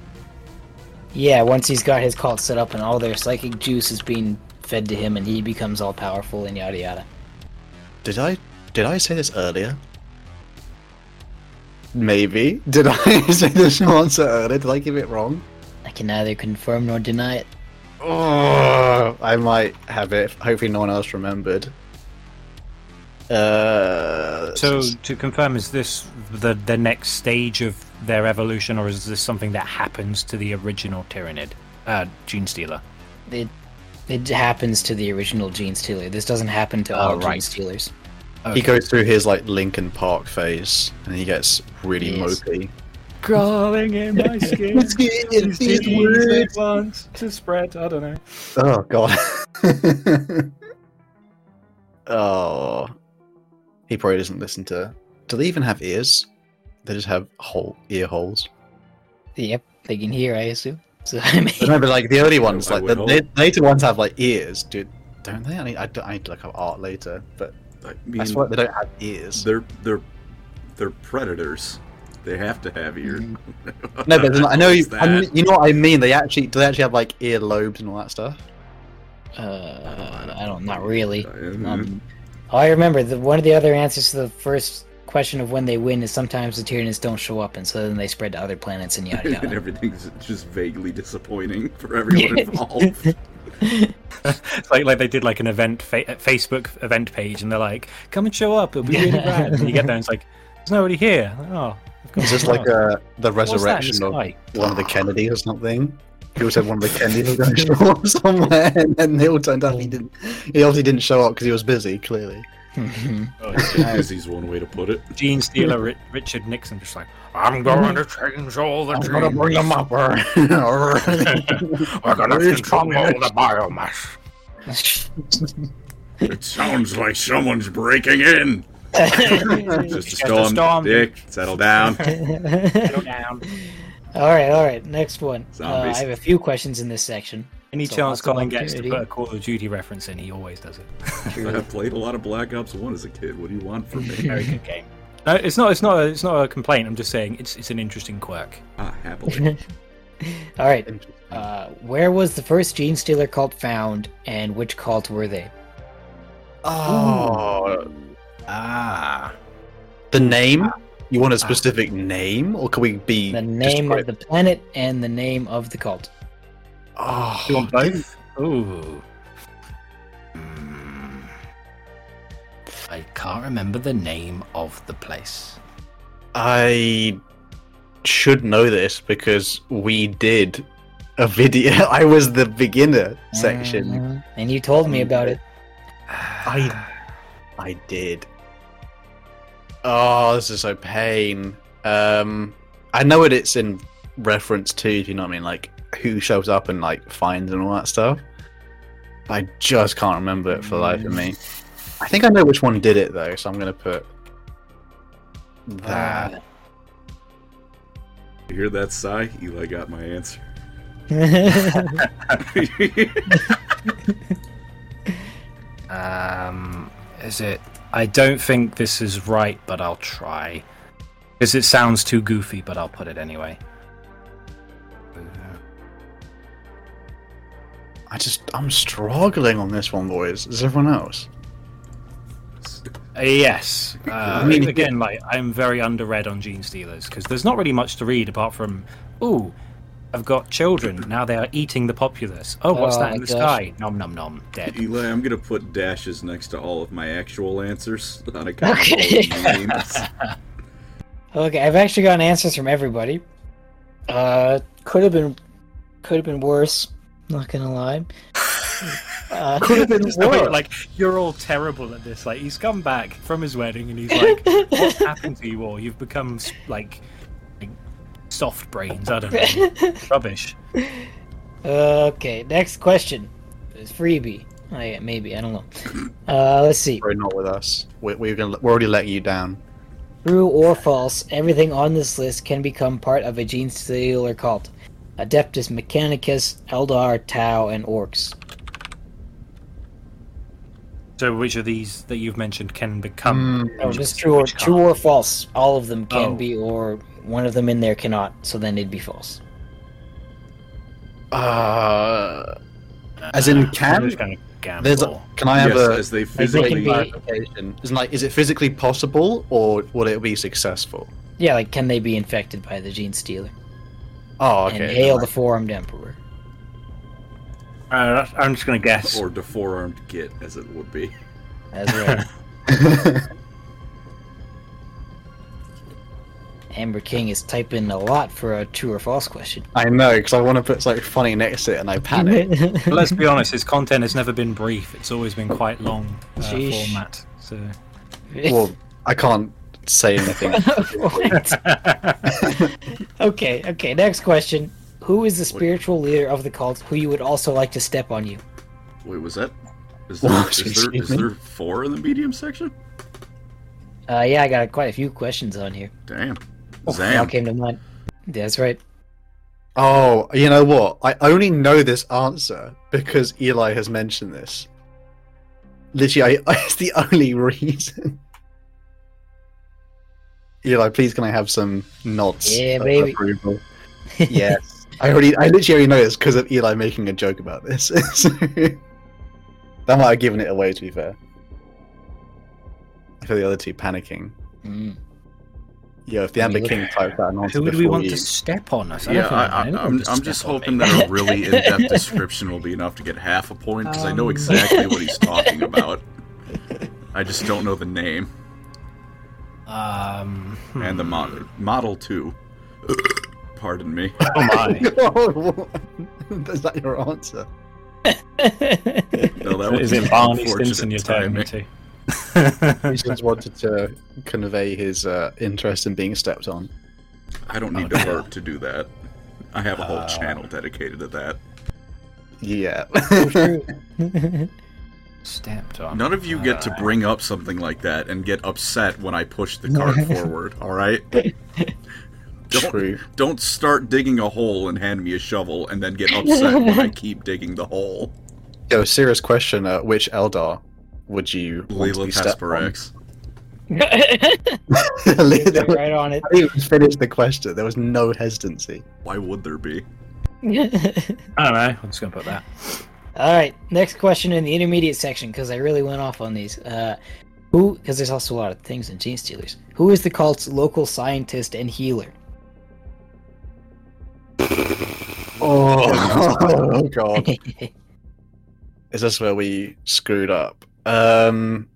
[SPEAKER 1] Yeah, once he's got his cult set up and all their psychic juice is being fed to him and he becomes all powerful and yada yada.
[SPEAKER 2] did I did I say this earlier? Maybe did I say this answer earlier? Did I give it wrong?
[SPEAKER 1] I can neither confirm nor deny it.
[SPEAKER 2] Oh, I might have it. Hopefully, no one else remembered. Uh,
[SPEAKER 4] So to confirm, is this the the next stage of their evolution, or is this something that happens to the original Tyranid, uh, Gene Stealer?
[SPEAKER 1] It it happens to the original gene stealer. This doesn't happen to all gene
[SPEAKER 4] Oh, right.
[SPEAKER 1] stealers.
[SPEAKER 2] he goes through his like Linkin Park phase, and he gets really
[SPEAKER 1] Yes.
[SPEAKER 2] mopey.
[SPEAKER 4] Crawling in my skin. These disease they want to spread. I don't know.
[SPEAKER 2] Oh god. oh, he probably doesn't listen to. Do they even have ears? They just have whole ear holes.
[SPEAKER 1] Yep, they can hear. I assume. So I mean,
[SPEAKER 2] No, but like the early ones,
[SPEAKER 5] I
[SPEAKER 2] like the
[SPEAKER 5] would
[SPEAKER 2] la- later ones have like ears, dude. Don't they? I need, I, don't- I need to look up art later, but
[SPEAKER 5] I
[SPEAKER 2] that's
[SPEAKER 5] mean,
[SPEAKER 2] why they don't have ears.
[SPEAKER 5] they're they're they're predators. They have to have ears.
[SPEAKER 2] Mm-hmm. No, but I know you.
[SPEAKER 5] It's
[SPEAKER 2] I mean,
[SPEAKER 5] that.
[SPEAKER 2] you know what I mean. They actually do. They actually have like ear lobes and all that stuff.
[SPEAKER 1] uh, I don't. Not really.
[SPEAKER 5] Mhm.
[SPEAKER 2] Mm-hmm.
[SPEAKER 1] Um, all I remember the one of the other answers to the first question of when they win is sometimes the Tyranids don't show up, and so then they spread to other planets and yada
[SPEAKER 5] and
[SPEAKER 1] yada.
[SPEAKER 5] everything's just vaguely disappointing for everyone involved.
[SPEAKER 4] It's like like they did like an event fa- uh, Facebook event page, and they're like, "Come and show up. It'll be really rad." And you get there, and it's like, "There's nobody here." Oh, of course
[SPEAKER 2] It's just
[SPEAKER 4] not.
[SPEAKER 2] like uh, the
[SPEAKER 4] What's that in the
[SPEAKER 2] resurrection of
[SPEAKER 4] sky?
[SPEAKER 2] one of the Kennedy or something. People said one of the Kennedys was going to show up somewhere, and then they all turned out he didn't. He obviously didn't show up because he was busy. Clearly,
[SPEAKER 5] Busy's one way to put it.
[SPEAKER 4] Gene Stealer, Ri- Richard Nixon, just like, "I'm going to change all the genes.
[SPEAKER 2] Mm-hmm. bring them up.
[SPEAKER 4] We're going to control all the biomass."
[SPEAKER 5] It sounds like someone's breaking in. just a
[SPEAKER 4] Just a
[SPEAKER 5] storm,
[SPEAKER 4] storm.
[SPEAKER 5] Dick. Settle down.
[SPEAKER 1] all right, all right. Next one. Uh,
[SPEAKER 5] Zombies.
[SPEAKER 1] I have a few questions in this section.
[SPEAKER 4] Any
[SPEAKER 1] So
[SPEAKER 4] chance
[SPEAKER 1] lots of
[SPEAKER 4] Colin gets to
[SPEAKER 1] opportunity.
[SPEAKER 4] put a Call of Duty reference in, he always does it.
[SPEAKER 5] I played a lot of Black Ops One as a kid. What do you want from me?
[SPEAKER 4] Very good game. No, it's not. It's not. A, it's not a complaint. I'm just saying it's it's an interesting quirk.
[SPEAKER 5] ah, happily.
[SPEAKER 1] All right. Uh, where was the first gene stealer cult found, and which cult were they?
[SPEAKER 2] Oh,
[SPEAKER 4] Ah,
[SPEAKER 2] the name. You want a specific name, or can we be
[SPEAKER 1] The
[SPEAKER 2] just
[SPEAKER 1] name
[SPEAKER 2] quite-
[SPEAKER 1] of the planet and the name of the cult.
[SPEAKER 2] Oh,
[SPEAKER 4] you want both? Ooh. Hmm. I can't remember the name of the place.
[SPEAKER 2] I should know this because we did a video. I was the beginner
[SPEAKER 4] Mm.
[SPEAKER 2] section.
[SPEAKER 1] Mhm. And you told me about it.
[SPEAKER 2] I I did. Oh, this is so pain. Um, I know what it's in reference to. If you know what I mean, like who shows up and like finds and all that stuff. I just can't remember it for the life of me. I think I know which one did it though, so I'm gonna put that.
[SPEAKER 5] you hear that sigh? Eli got my answer.
[SPEAKER 4] Um, is it? I don't think this is right, but I'll try. Because it sounds too goofy, but I'll put it anyway.
[SPEAKER 2] I just I'm struggling on this one, boys. Is everyone else?
[SPEAKER 4] Uh, yes. Uh,
[SPEAKER 2] I mean-
[SPEAKER 4] again, like I'm very underread on Gene Stealers because there's not really much to read apart from, ooh, I've got children now. They are eating the populace. Oh, what's
[SPEAKER 1] Oh
[SPEAKER 4] that
[SPEAKER 1] my
[SPEAKER 4] in the
[SPEAKER 1] gosh.
[SPEAKER 4] sky? Nom nom nom. Dead.
[SPEAKER 5] Eli, I'm gonna put dashes next to all of my actual answers on account
[SPEAKER 1] Okay.
[SPEAKER 5] of all the names.
[SPEAKER 1] Okay, I've actually gotten answers from everybody. Uh, could have been, could have been worse. Not gonna lie. Uh,
[SPEAKER 2] Could have been
[SPEAKER 4] Just the way you're
[SPEAKER 2] worse.
[SPEAKER 4] like you're all terrible at this. Like he's come back from his wedding and he's like, "What's happened to you all? You've become s- like, like soft brains. I don't know, rubbish."
[SPEAKER 1] okay, next question. It's freebie. Oh, yeah, maybe I don't know. Uh, let's see.
[SPEAKER 2] Probably not with us. We're, we're gonna we're already letting you down.
[SPEAKER 1] True or false, everything on this list can become part of a gene stealer cult. Adeptus Mechanicus, Eldar, Tau, and Orcs.
[SPEAKER 4] So, which of these that you've mentioned can
[SPEAKER 2] Hmm.
[SPEAKER 4] become?
[SPEAKER 1] Oh, just true or
[SPEAKER 4] which can't?
[SPEAKER 1] true or false. All of them can
[SPEAKER 4] Oh.
[SPEAKER 1] be, or one of them in there cannot. So then it'd be false.
[SPEAKER 2] Uh, as in
[SPEAKER 4] I'm
[SPEAKER 2] can
[SPEAKER 4] just gonna gamble.
[SPEAKER 2] there's a, can I have
[SPEAKER 5] yes, as
[SPEAKER 2] a
[SPEAKER 1] They
[SPEAKER 5] they physically.
[SPEAKER 1] can be-
[SPEAKER 2] clarification? Isn't like is it physically possible or will it be successful?
[SPEAKER 1] Yeah, like can they be infected by the gene stealer?
[SPEAKER 2] Oh,
[SPEAKER 1] and
[SPEAKER 2] okay.
[SPEAKER 1] hail the four-armed emperor.
[SPEAKER 4] Uh, I'm just gonna guess.
[SPEAKER 5] or the forearmed git, as it would be.
[SPEAKER 1] That's right. Amber King is typing a lot for a true or false question.
[SPEAKER 2] I know because I want to put something funny next to it and I panic.
[SPEAKER 4] But let's be honest, his content has never been brief. It's always been quite long uh,
[SPEAKER 1] Sheesh.
[SPEAKER 4] format. So,
[SPEAKER 2] well, I can't say anything.
[SPEAKER 1] What? okay, okay. Next question: Who is the spiritual leader of the cult who you would also like to step on you?
[SPEAKER 5] Wait, was that? Is there, is
[SPEAKER 2] Excuse
[SPEAKER 5] there, is
[SPEAKER 2] me?
[SPEAKER 5] there four in the medium section?
[SPEAKER 1] Uh, yeah, I got quite a few questions on here.
[SPEAKER 5] Damn.
[SPEAKER 4] Oh,
[SPEAKER 1] They all
[SPEAKER 5] Zam.
[SPEAKER 1] came to mind. That's right.
[SPEAKER 2] Oh, you know what? I only know this answer because Eli has mentioned this. Literally, I, it's the only reason. Eli, please can I have some nods?
[SPEAKER 1] Yeah,
[SPEAKER 2] of
[SPEAKER 1] baby.
[SPEAKER 2] Approval? yes. I already, I literally already know this because of Eli making a joke about this. So- that might have given it away. To be fair, I feel the other two panicking.
[SPEAKER 1] Mm.
[SPEAKER 2] Yo, if the
[SPEAKER 1] I mean,
[SPEAKER 2] Amber
[SPEAKER 1] look-
[SPEAKER 2] King typed that an answer,
[SPEAKER 4] who would we
[SPEAKER 2] before
[SPEAKER 4] want
[SPEAKER 2] you-
[SPEAKER 4] to step on us?
[SPEAKER 5] Yeah, I, I, I'm, I'm just hoping that a really in-depth description will be enough to get half a point because I know
[SPEAKER 1] Um.
[SPEAKER 5] exactly what he's talking about. I just don't know the name
[SPEAKER 4] Um, hmm.
[SPEAKER 5] and the model. Model two. Pardon me.
[SPEAKER 4] oh my.
[SPEAKER 2] God, is that your answer?
[SPEAKER 5] No, that
[SPEAKER 4] Is
[SPEAKER 5] was
[SPEAKER 4] it Barney
[SPEAKER 5] unfortunate
[SPEAKER 4] Stinson you're turning
[SPEAKER 5] timing.
[SPEAKER 4] into?
[SPEAKER 2] He just wanted to convey his uh, interest in being stepped on.
[SPEAKER 5] I don't need
[SPEAKER 4] Oh,
[SPEAKER 5] to
[SPEAKER 4] no.
[SPEAKER 5] work to do that. I have a whole
[SPEAKER 4] Uh.
[SPEAKER 5] channel dedicated to that.
[SPEAKER 2] Yeah.
[SPEAKER 4] Stepped on.
[SPEAKER 5] None of you get to bring up something like that and get upset when I push the cart forward, all right?
[SPEAKER 2] True.
[SPEAKER 5] Don't start digging a hole and hand me a shovel and then get upset when I keep digging the hole.
[SPEAKER 2] Yo, serious question. Uh, which Eldar would you want to
[SPEAKER 5] Leela
[SPEAKER 2] be stepped on?
[SPEAKER 5] Tesperax.
[SPEAKER 1] They're
[SPEAKER 2] Leela-
[SPEAKER 1] right on
[SPEAKER 2] I didn't even finish the question. There was no hesitancy.
[SPEAKER 5] Why would there be?
[SPEAKER 1] it.
[SPEAKER 4] I don't know. I'm just gonna put that.
[SPEAKER 1] All right, next question in the intermediate section because I really went off on these. Uh, who? Because there's also a lot of things in Gene Stealers. Who is the cult's local scientist and healer?
[SPEAKER 2] Oh, god. Is this where we screwed up? Um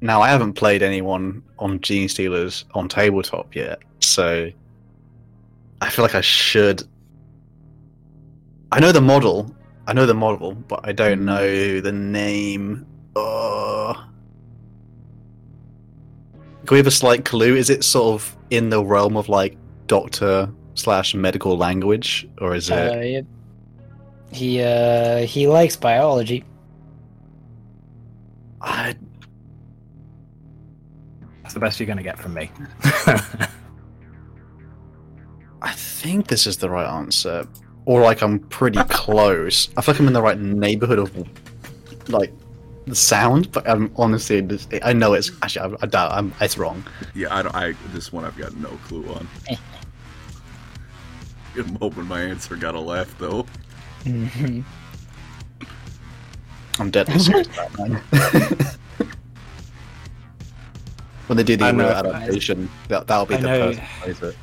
[SPEAKER 2] now I haven't played anyone on Gene Stealers on tabletop yet, so I feel like I should I know the model. I know the model, but I don't know the name. Oh. Can we have a slight clue? Is it sort of in the realm of like doctor slash medical language, or is it?
[SPEAKER 1] Uh, yeah. He uh, he likes biology.
[SPEAKER 2] I,
[SPEAKER 4] That's the best you're gonna get from me.
[SPEAKER 2] I think this is the right answer, or like I'm pretty close. I feel like I'm in the right neighborhood of like the sound, but I'm honestly, this- I know it's actually I, I doubt I'm, it's wrong.
[SPEAKER 5] Yeah, I don't. I this one I've got no clue on. I'm hoping my answer got a laugh though.
[SPEAKER 1] Mhm.
[SPEAKER 2] I'm deadly serious about that. when they do the
[SPEAKER 4] I know.
[SPEAKER 2] real adaptation, that that'll be
[SPEAKER 4] I
[SPEAKER 2] the
[SPEAKER 4] know.
[SPEAKER 2] person who plays it.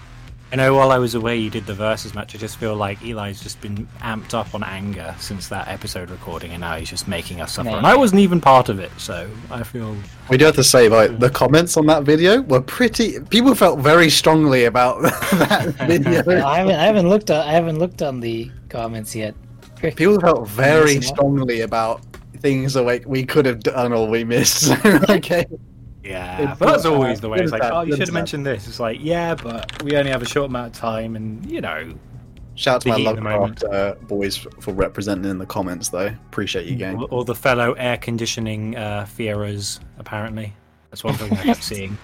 [SPEAKER 4] I know while I was away, you did the versus match. I just feel like Eli's just been amped up on anger since that episode recording, and now he's just making us suffer.
[SPEAKER 1] Mate.
[SPEAKER 4] And I wasn't even part of it, so I feel.
[SPEAKER 2] We do have to say, like, the comments on that video were pretty. People felt very strongly about that video.
[SPEAKER 1] uh, I haven't I haven't looked on, I haven't looked on the comments yet.
[SPEAKER 2] People felt very
[SPEAKER 1] Missing out.
[SPEAKER 2] strongly about things that like we could have done or we missed. okay.
[SPEAKER 4] Yeah,
[SPEAKER 2] It's
[SPEAKER 4] but that's
[SPEAKER 2] not
[SPEAKER 4] always
[SPEAKER 2] bad.
[SPEAKER 4] the way. It's
[SPEAKER 2] It's
[SPEAKER 4] like,
[SPEAKER 2] bad.
[SPEAKER 4] oh, you
[SPEAKER 2] It's
[SPEAKER 4] should have
[SPEAKER 2] bad.
[SPEAKER 4] mentioned this. It's like, yeah, but we only have a short amount of time, and you know,
[SPEAKER 2] Shout out to
[SPEAKER 4] The
[SPEAKER 2] my
[SPEAKER 4] heat in the
[SPEAKER 2] Lovecraft uh, boys for representing in the comments though. Appreciate you, gang.
[SPEAKER 4] all, all the fellow air conditioning uh, Fieras. Apparently, that's one thing I kept seeing.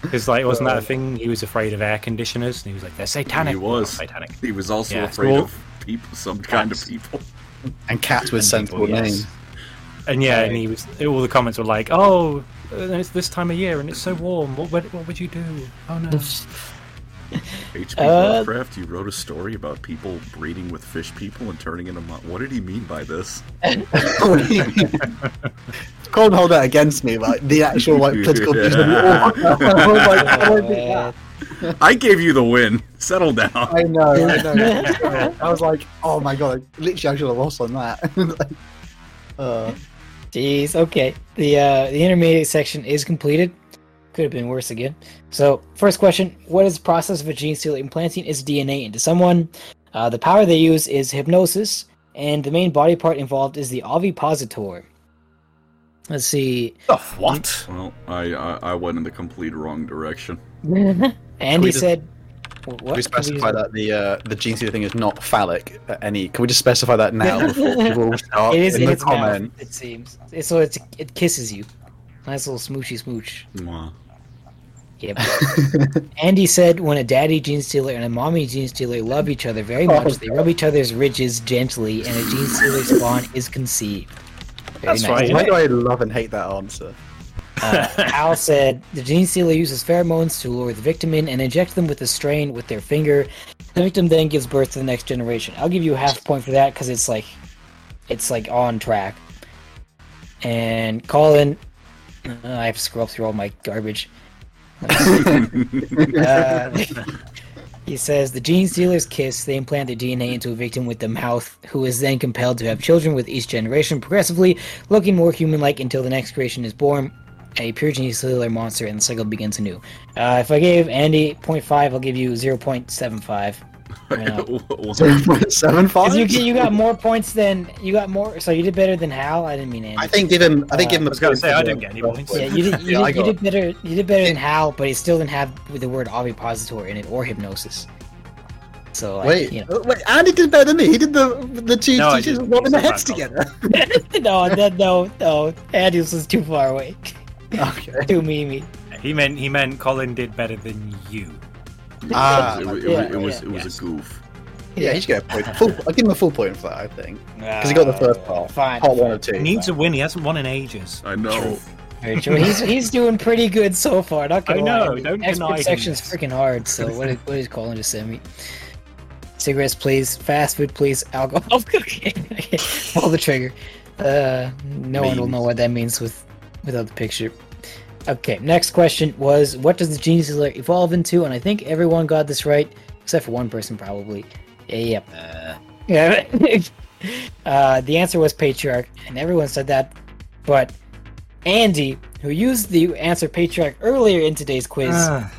[SPEAKER 4] Because like, wasn't that a thing? He was afraid of air conditioners, and he was like, they're satanic.
[SPEAKER 5] Uh, He was.
[SPEAKER 4] Not satanic.
[SPEAKER 5] He was also
[SPEAKER 4] Yeah,
[SPEAKER 5] afraid
[SPEAKER 4] well-
[SPEAKER 5] of people, some kind of people.
[SPEAKER 2] and cats with sensible
[SPEAKER 4] Well, yes.
[SPEAKER 2] names.
[SPEAKER 4] And yeah, and he was. All the comments were like, "Oh, uh, it's this time of year, and it's so warm. What, what, what would you do? Oh no."
[SPEAKER 5] H.P.
[SPEAKER 1] Uh,
[SPEAKER 5] Lovecraft, you wrote a story about people breeding with fish people and turning into mon- What did he mean by this?
[SPEAKER 2] Can't hold that against me, like the actual like political
[SPEAKER 5] Yeah.
[SPEAKER 2] views. of the war. I was like, "Oh I
[SPEAKER 1] Uh,
[SPEAKER 2] won't do that.
[SPEAKER 5] I gave you the win. Settle down.
[SPEAKER 2] I know, I know. I was like, oh my god, literally I should have lost on that. uh,
[SPEAKER 1] Jeez. Okay. The uh, the intermediate section is completed. Could have been worse again. So, first question: What is the process of a gene stealer implanting its DNA into someone? Uh, the power they use is hypnosis, and the main body part involved is the ovipositor. Let's see.
[SPEAKER 4] what?
[SPEAKER 5] Well, I, I I went in the complete wrong direction.
[SPEAKER 1] Andy
[SPEAKER 2] just-
[SPEAKER 1] said, "What?"
[SPEAKER 2] Can we
[SPEAKER 1] Can we
[SPEAKER 2] specify
[SPEAKER 1] use-
[SPEAKER 2] that the uh, the gene sealer thing is not phallic at any? Can we just specify that now before people start
[SPEAKER 1] It is
[SPEAKER 2] in,
[SPEAKER 1] in
[SPEAKER 2] the
[SPEAKER 1] its mouth,
[SPEAKER 2] comment?
[SPEAKER 1] it seems. It's, so it's, it kisses you. Nice little smoochy smooch.
[SPEAKER 5] Mwah.
[SPEAKER 1] Yep. Andy said when a daddy gene stealer and a mommy gene stealer love each other very much, they rub each other's ridges gently, and a gene stealer spawn is conceived. Very Uh,
[SPEAKER 4] That's right.
[SPEAKER 2] Why do I love and hate that answer?
[SPEAKER 1] Al said the gene stealer uses pheromones to lure the victim in and inject them with a strain with their finger. The victim then gives birth to the next generation. I'll give you a half point for that because it's like, it's like on track. And Colin, uh, I have to scroll through all my garbage. Uh, he says the gene stealers kiss. They implant their DNA into a victim with the mouth, who is then compelled to have children with each generation, progressively looking more human-like until the next creation is born. A pure gene stealer monster, and the cycle begins anew. Uh, if I gave Andy 0.5, I'll give you 0.75. Why not?
[SPEAKER 5] Well,
[SPEAKER 2] Zero point seven five.
[SPEAKER 1] 'Cause you, you got more points than you got more, so you did better than Hal. I didn't mean Andy.
[SPEAKER 2] I think give him. I think give him.
[SPEAKER 4] Uh, I was gonna say, I didn't get any points.
[SPEAKER 1] Yeah, you did, you,
[SPEAKER 2] Yeah, I
[SPEAKER 1] did, you
[SPEAKER 2] got
[SPEAKER 1] did better. You did better than Hal, but he still didn't have the word ovipositor in it or hypnosis. So like,
[SPEAKER 2] Wait,
[SPEAKER 1] you know.
[SPEAKER 2] uh, wait, Andy did better than me. He did the the two
[SPEAKER 4] No, I
[SPEAKER 2] teachers
[SPEAKER 4] didn't.
[SPEAKER 2] rubbing their
[SPEAKER 4] He's
[SPEAKER 2] heads
[SPEAKER 4] not bad,
[SPEAKER 2] together.
[SPEAKER 1] no, that, no, no. Adios was too far away.
[SPEAKER 2] okay.
[SPEAKER 1] too memey.
[SPEAKER 4] He meant he meant Colin did better than you.
[SPEAKER 2] Ah,
[SPEAKER 5] it, was- it,
[SPEAKER 1] yeah,
[SPEAKER 5] was- it was it was
[SPEAKER 4] yes.
[SPEAKER 5] a goof.
[SPEAKER 2] Yeah, he should get a point. Full, I'll give him a full point for that. I think because he got the
[SPEAKER 4] Uh,
[SPEAKER 2] first part.
[SPEAKER 1] Fine.
[SPEAKER 2] Part one or two.
[SPEAKER 4] He needs a win. He hasn't won in ages.
[SPEAKER 5] I know.
[SPEAKER 1] Very true. He's he's doing pretty good so far. Not gonna
[SPEAKER 4] I know,
[SPEAKER 1] Lie.
[SPEAKER 4] don't
[SPEAKER 1] Expert
[SPEAKER 4] deny him
[SPEAKER 1] section's
[SPEAKER 4] this.
[SPEAKER 1] freaking hard. So what is, what is Colin just send me? Cigarettes, please. Fast food, please. Alcohol. okay. okay. Pull the trigger. Uh, no one will know what that means with without the picture. Okay. Next question was, what does the genie sealer evolve into? And I think everyone got this right except for one person, probably. Yeah, Yep. Yeah. uh, the answer was patriarch, and everyone said that, but Andy, who used the answer patriarch earlier in today's quiz,
[SPEAKER 4] Ah,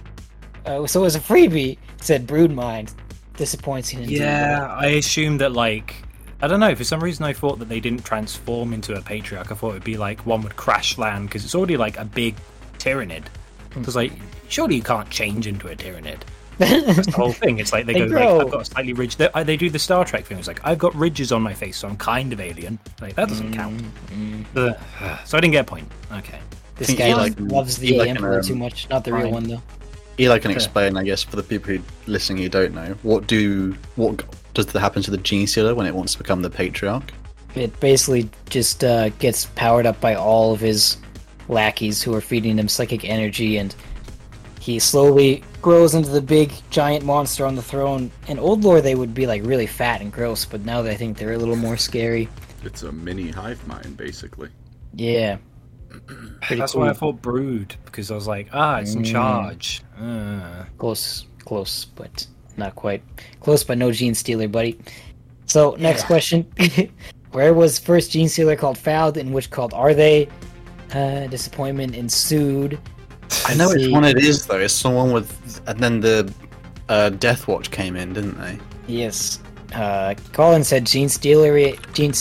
[SPEAKER 1] uh, so as a freebie, said broodmind. Disappointing indeed.
[SPEAKER 4] yeah, I assumed that like I don't know. For some reason, I thought that they didn't transform into a patriarch. I thought it'd be like one would crash land because it's already like a big tyrannid. Because like surely you can't change into a tyrannid. That's the whole thing. It's like they,
[SPEAKER 1] They
[SPEAKER 4] go
[SPEAKER 1] grow.
[SPEAKER 4] like I've got a slightly ridge. They, they do the Star Trek thing. It's like I've got ridges on my face, so I'm kind of alien. Like that doesn't count. Ugh. so I didn't get a point. Okay.
[SPEAKER 1] This
[SPEAKER 2] think
[SPEAKER 1] guy
[SPEAKER 2] he, like,
[SPEAKER 1] loves
[SPEAKER 2] he,
[SPEAKER 1] the
[SPEAKER 2] like,
[SPEAKER 1] emperor
[SPEAKER 2] um,
[SPEAKER 1] too much. Not the real
[SPEAKER 4] fine.
[SPEAKER 1] one though.
[SPEAKER 2] Eli can explain, I guess, for the people who listening who don't know, what do what g- does that happen to the gene sealer when it wants to become the patriarch?
[SPEAKER 1] It basically just uh, gets powered up by all of his lackeys who are feeding him psychic energy, and he slowly grows into the big giant monster on the throne. In old lore, they would be like really fat and gross, but now they think they're a little more scary.
[SPEAKER 5] It's a mini hive mind, basically.
[SPEAKER 1] Yeah. Pretty
[SPEAKER 4] That's
[SPEAKER 1] cool.
[SPEAKER 4] why I thought brood because I was like, ah, it's in charge. Uh,
[SPEAKER 1] Close, close, but not quite. Close, but no Gene Stealer, buddy. So, next question. Where was first Gene Stealer called Fouled, and which called Are They? Uh, disappointment ensued.
[SPEAKER 2] I know
[SPEAKER 1] See.
[SPEAKER 2] it's one it is though. It's someone with, and then the uh, Death Watch came in, didn't they?
[SPEAKER 1] Yes. Uh, Colin said Gene Steeler, Gene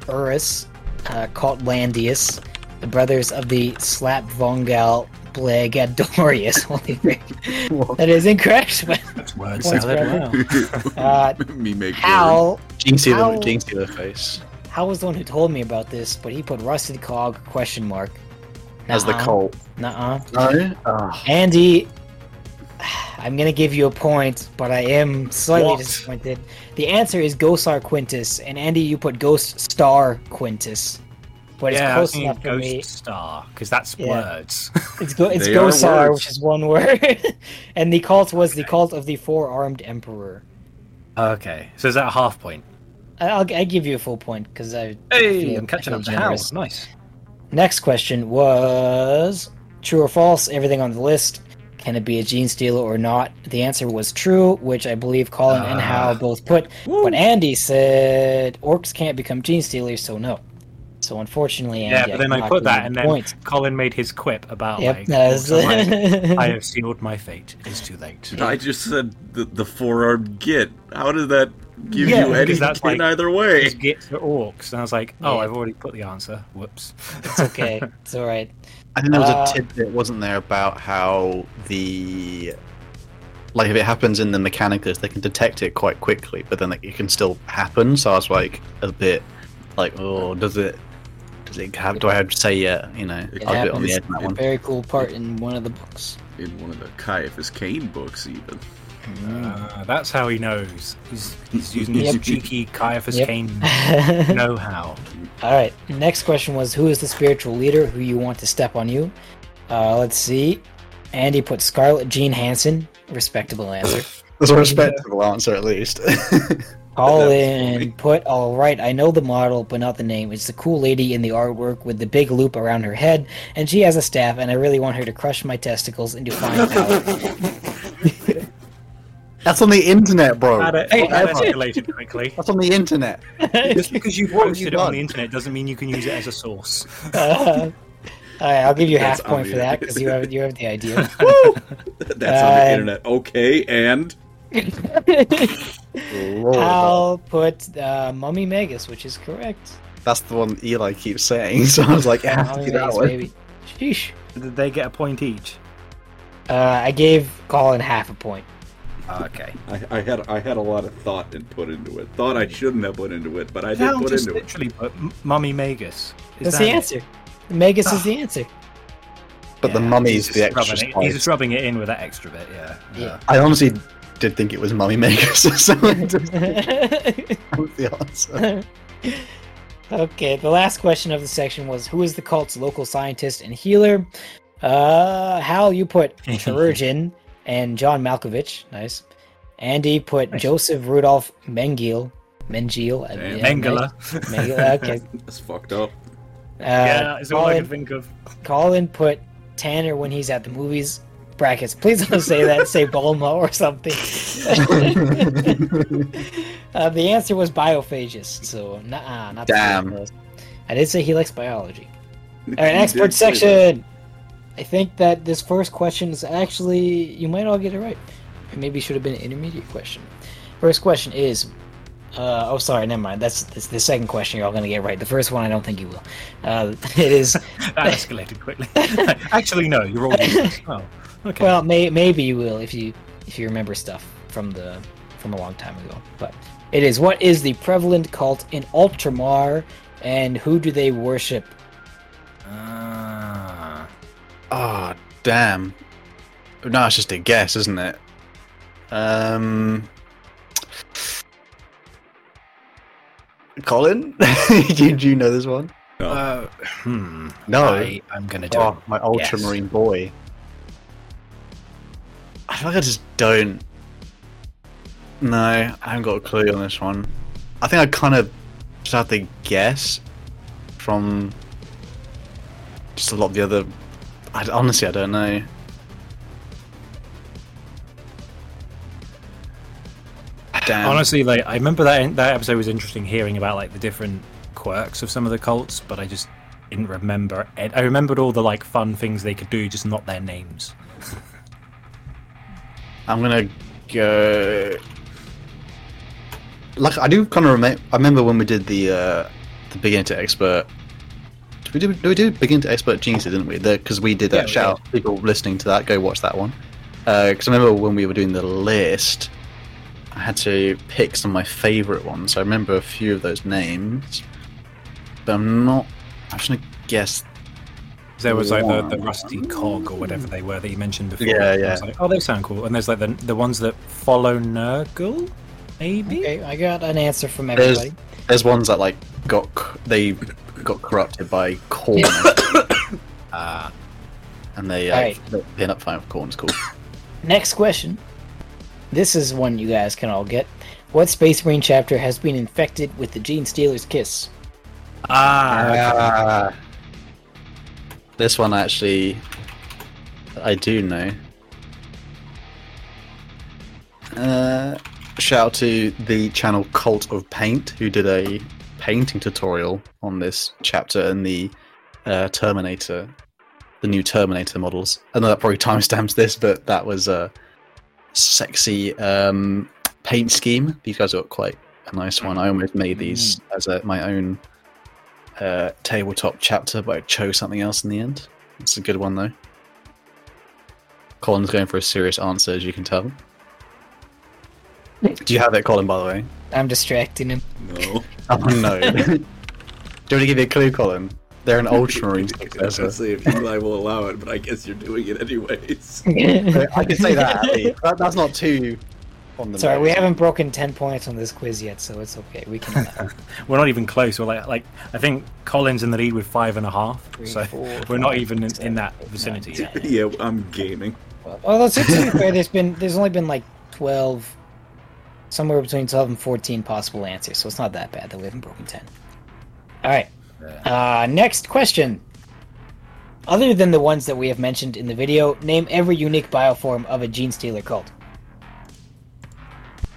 [SPEAKER 1] Steelurus, uh, caught Landius, the brothers of the Slap Vongal Blegadorius. Holy frick. That is incorrect. but
[SPEAKER 4] That's words.
[SPEAKER 1] points
[SPEAKER 4] salad.
[SPEAKER 1] right now. Uh,
[SPEAKER 5] Me make word.
[SPEAKER 1] Hal,
[SPEAKER 2] Jinxie
[SPEAKER 1] How-
[SPEAKER 2] the Jinxie the face
[SPEAKER 1] Hal was the one who told me about this, but he put Rusted Cog question mark.
[SPEAKER 2] as the
[SPEAKER 1] Nuh-uh.
[SPEAKER 2] cult.
[SPEAKER 1] Nuh-uh.
[SPEAKER 2] No. Ah.
[SPEAKER 1] Andy, I'm gonna give you a point, but I am slightly
[SPEAKER 4] What?
[SPEAKER 1] disappointed. The answer is Gosar Quintus, and Andy, you put Ghost Star Quintus, but it's
[SPEAKER 4] yeah,
[SPEAKER 1] close
[SPEAKER 4] I think
[SPEAKER 1] enough for
[SPEAKER 4] Ghost
[SPEAKER 1] me.
[SPEAKER 4] Star, because that's
[SPEAKER 1] Yeah.
[SPEAKER 4] words.
[SPEAKER 1] It's, go- it's
[SPEAKER 5] They are
[SPEAKER 1] Gosar,
[SPEAKER 5] words.
[SPEAKER 1] which is one word, and the cult was the cult of the four-armed emperor.
[SPEAKER 4] okay, so is that a half point?
[SPEAKER 1] I- I'll, I give you a full point because I
[SPEAKER 4] Hey,
[SPEAKER 1] feel-
[SPEAKER 4] I'm catching
[SPEAKER 1] I
[SPEAKER 4] up to
[SPEAKER 1] feel
[SPEAKER 4] Hal.
[SPEAKER 1] generous.
[SPEAKER 4] Nice.
[SPEAKER 1] Next question was true or false. Everything on the list. Can it be a gene stealer or not? The answer was true, which I believe Colin and
[SPEAKER 4] Ah.
[SPEAKER 1] Hal both put. But Andy said orcs can't become gene stealers, so no. So unfortunately, Andy,
[SPEAKER 4] Yeah, but then I
[SPEAKER 1] cannot
[SPEAKER 4] put
[SPEAKER 1] give you
[SPEAKER 4] that,
[SPEAKER 1] the
[SPEAKER 4] and then
[SPEAKER 1] point.
[SPEAKER 4] Colin made his quip about
[SPEAKER 1] Yep,
[SPEAKER 4] like,
[SPEAKER 1] that was-
[SPEAKER 4] "Oh, I, I have sealed my fate. It's too late.
[SPEAKER 5] I just said the, the forearm git. How did that give
[SPEAKER 1] Yeah,
[SPEAKER 5] you
[SPEAKER 1] because
[SPEAKER 5] any
[SPEAKER 4] that's
[SPEAKER 5] git
[SPEAKER 4] like-
[SPEAKER 5] either way?
[SPEAKER 4] Just get to orcs, and I was like, oh,
[SPEAKER 1] Yeah.
[SPEAKER 4] I've already put the answer. Whoops.
[SPEAKER 1] it's okay. It's all right.
[SPEAKER 2] I think there was
[SPEAKER 1] Uh,
[SPEAKER 2] a tidbit, wasn't there, about how the like if it happens in the mechanicus, they can detect it quite quickly, but then like, it can still happen. So I was like a bit like, oh, does it? Does it have? Do I have to say yeah? You know,
[SPEAKER 5] It
[SPEAKER 1] It
[SPEAKER 2] I was a bit
[SPEAKER 1] happens
[SPEAKER 2] on the edge on that
[SPEAKER 1] in a
[SPEAKER 2] one.
[SPEAKER 1] very cool part in one of the books.
[SPEAKER 5] In one of the Caiaphas Cain books, even.
[SPEAKER 4] Uh, that's how he knows. He's, he's using his
[SPEAKER 5] Yep.
[SPEAKER 4] cheeky Caiaphas
[SPEAKER 1] Yep.
[SPEAKER 4] Cain Uh, know-how.
[SPEAKER 1] All right. Next question was who is the spiritual leader who you want to step on you? Uh, let's see. Andy put Scarlet Jean Hansen. Respectable answer.
[SPEAKER 2] That's a respectable answer, at least.
[SPEAKER 1] All
[SPEAKER 2] was
[SPEAKER 1] in put all right. I know the model, but not the name. It's the cool lady in the artwork with the big loop around her head, and she has a staff. And I really want her to crush my testicles into fine powder.
[SPEAKER 2] That's on the internet, bro.
[SPEAKER 4] Add it,
[SPEAKER 2] Hey,
[SPEAKER 4] add it
[SPEAKER 2] Emma,
[SPEAKER 4] escalated quickly.
[SPEAKER 2] That's on the internet.
[SPEAKER 4] Just because you've
[SPEAKER 2] What have
[SPEAKER 4] posted
[SPEAKER 2] you
[SPEAKER 4] it on
[SPEAKER 2] done?
[SPEAKER 4] the internet doesn't mean you can use it as a source.
[SPEAKER 1] all right, I'll give you half
[SPEAKER 5] That's
[SPEAKER 1] point for
[SPEAKER 5] obvious.
[SPEAKER 1] that because you have you have the idea.
[SPEAKER 5] That's on the
[SPEAKER 1] Uh,
[SPEAKER 5] internet. Okay, and
[SPEAKER 1] I'll put uh, Mummy Magus, which is correct.
[SPEAKER 2] That's the one Eli keeps saying. So I was like, I have to
[SPEAKER 1] Mummy
[SPEAKER 2] do that
[SPEAKER 1] Magus,
[SPEAKER 2] one.
[SPEAKER 1] baby. Sheesh.
[SPEAKER 4] Did they get a point each?
[SPEAKER 1] Uh, I gave Colin half a point.
[SPEAKER 4] Okay.
[SPEAKER 5] I, I had I had a lot of thought and put into it. Thought I shouldn't have put into it, but I did
[SPEAKER 4] Val
[SPEAKER 5] put
[SPEAKER 4] just
[SPEAKER 5] into it.
[SPEAKER 4] literally put M- Mummy Magus. Is
[SPEAKER 1] That's
[SPEAKER 4] that
[SPEAKER 1] the
[SPEAKER 4] it? Ah.
[SPEAKER 1] answer. Magus is the answer.
[SPEAKER 2] But the
[SPEAKER 4] Yeah,
[SPEAKER 2] mummy's
[SPEAKER 4] he's
[SPEAKER 2] the
[SPEAKER 4] just
[SPEAKER 2] extra
[SPEAKER 4] rubbing it- He's
[SPEAKER 2] spice.
[SPEAKER 4] just rubbing it in with that extra bit, yeah.
[SPEAKER 1] Yeah.
[SPEAKER 2] I honestly did think it was mummy makers. So I just put the answer.
[SPEAKER 1] okay, the last question of the section was Who is the cult's local scientist and healer? Uh, Hal, you put Chirurgeon and John Malkovich. Nice. Andy put
[SPEAKER 4] Nice.
[SPEAKER 1] Joseph Rudolph Mengele. Mengele. I-
[SPEAKER 5] Damn.
[SPEAKER 1] yeah,
[SPEAKER 4] Mengele.
[SPEAKER 1] nice. Mengele, Okay.
[SPEAKER 5] That's fucked up.
[SPEAKER 1] Uh,
[SPEAKER 4] yeah, it's all I
[SPEAKER 1] Colin-
[SPEAKER 4] can think of.
[SPEAKER 1] Colin put Tanner when he's at the movies. Brackets. Please don't say that. say Bulma or something. uh, the answer was biophagus. So, nah, not the
[SPEAKER 2] Damn.
[SPEAKER 1] same as- I did say he likes biology. All right,
[SPEAKER 5] You
[SPEAKER 1] expert
[SPEAKER 5] did say that.
[SPEAKER 1] section. I think that this first question is actually you might all get it right. It maybe should have been an intermediate question. First question is. Uh, oh, sorry. Never mind. That's, that's the second question. You're all gonna get right. The first one, I don't think you will. Uh, it is
[SPEAKER 4] That escalated quickly. Actually, no, you're all useless. Oh, okay.
[SPEAKER 1] Well, may, maybe you will if you if you remember stuff from the from a long time ago. But it is what is the prevalent cult in Ultramar, and who do they worship?
[SPEAKER 4] Ah.
[SPEAKER 2] Ah, damn. No, it's just a guess, isn't it? Um. Colin, do you know this one?
[SPEAKER 5] No.
[SPEAKER 4] Uh, hmm.
[SPEAKER 2] No.
[SPEAKER 4] I, I'm gonna do
[SPEAKER 2] Oh,
[SPEAKER 4] it.
[SPEAKER 2] my ultramarine boy. I feel like I just don't. No, I haven't got a clue on this one. I think I kind of just have to guess from just a lot of the other. I, honestly, I don't know. Damn.
[SPEAKER 4] Honestly, like I remember that that episode was interesting hearing about like the different quirks of some of the cults, but I just didn't remember it. I remembered all the like fun things they could do, just not their names.
[SPEAKER 2] I'm gonna go. like I do kind of remember. I remember when we did the uh, the beginner to expert. Did we do, did we do beginner to expert geniuses, didn't we? Because we did
[SPEAKER 1] Yeah,
[SPEAKER 2] that.
[SPEAKER 1] we
[SPEAKER 2] shout out people listening to that, go watch that one. Because I remember when we were doing the list, I had to pick some of my favourite ones. I remember a few of those names, but I'm not. I'm just gonna guess.
[SPEAKER 4] There was like the, the rusty cog or whatever they were that you mentioned before.
[SPEAKER 2] Yeah,
[SPEAKER 4] I was
[SPEAKER 2] yeah.
[SPEAKER 4] like, oh, they sound cool. And there's like the the ones that follow Nurgle, maybe.
[SPEAKER 1] Okay, I got an answer from
[SPEAKER 2] There's
[SPEAKER 1] everybody.
[SPEAKER 2] there's ones that like got c- they got corrupted by corn. Uh,
[SPEAKER 4] Ah.
[SPEAKER 2] and they, uh,
[SPEAKER 1] Alright.
[SPEAKER 2] they end up finding corn's cool.
[SPEAKER 1] Next question. This is one you guys can all get. What Space Marine chapter has been infected with the Gene Stealer's kiss?
[SPEAKER 4] Ah,
[SPEAKER 2] This one actually, I do know. Uh, shout out to the channel Cult of Paint, who did a painting tutorial on this chapter and the uh, Terminator, the new Terminator models. I know that probably timestamps this, but that was a sexy um, paint scheme. These guys are quite a nice one. I almost made these as a, my own uh, tabletop chapter, but I chose something else in the end. It's a good one though. Colin's going for a serious answer, as you can tell. Do you have it, Colin? By the way.
[SPEAKER 1] I'm distracting him.
[SPEAKER 5] No.
[SPEAKER 2] Oh no. Do you want to give you a clue, Colin? They're an ultramarine
[SPEAKER 5] I'll
[SPEAKER 2] successor.
[SPEAKER 5] see if Eli will allow it, but I guess you're doing it anyways.
[SPEAKER 2] I can say that, at least. that. That's not too. On the
[SPEAKER 1] Sorry, we
[SPEAKER 2] nose.
[SPEAKER 1] haven't broken 10 points on this quiz yet, so it's okay. We can. allow it.
[SPEAKER 4] we're not even close. We're like, like I think Colin's in the lead with five and a half.
[SPEAKER 1] Three,
[SPEAKER 4] so
[SPEAKER 1] four,
[SPEAKER 4] we're
[SPEAKER 1] five,
[SPEAKER 4] not even in,
[SPEAKER 1] six,
[SPEAKER 4] in that
[SPEAKER 1] seven, eight,
[SPEAKER 4] vicinity
[SPEAKER 1] nine,
[SPEAKER 4] yet.
[SPEAKER 1] ten.
[SPEAKER 5] yeah, I'm gaming.
[SPEAKER 1] Although, to to be fair, there's been there's only been like 12, somewhere between 12 and 14 possible answers, so it's not that bad that we haven't broken 10. All right. Uh, next question. Other than the ones that we have mentioned in the video, name every unique bioform of a gene stealer cult.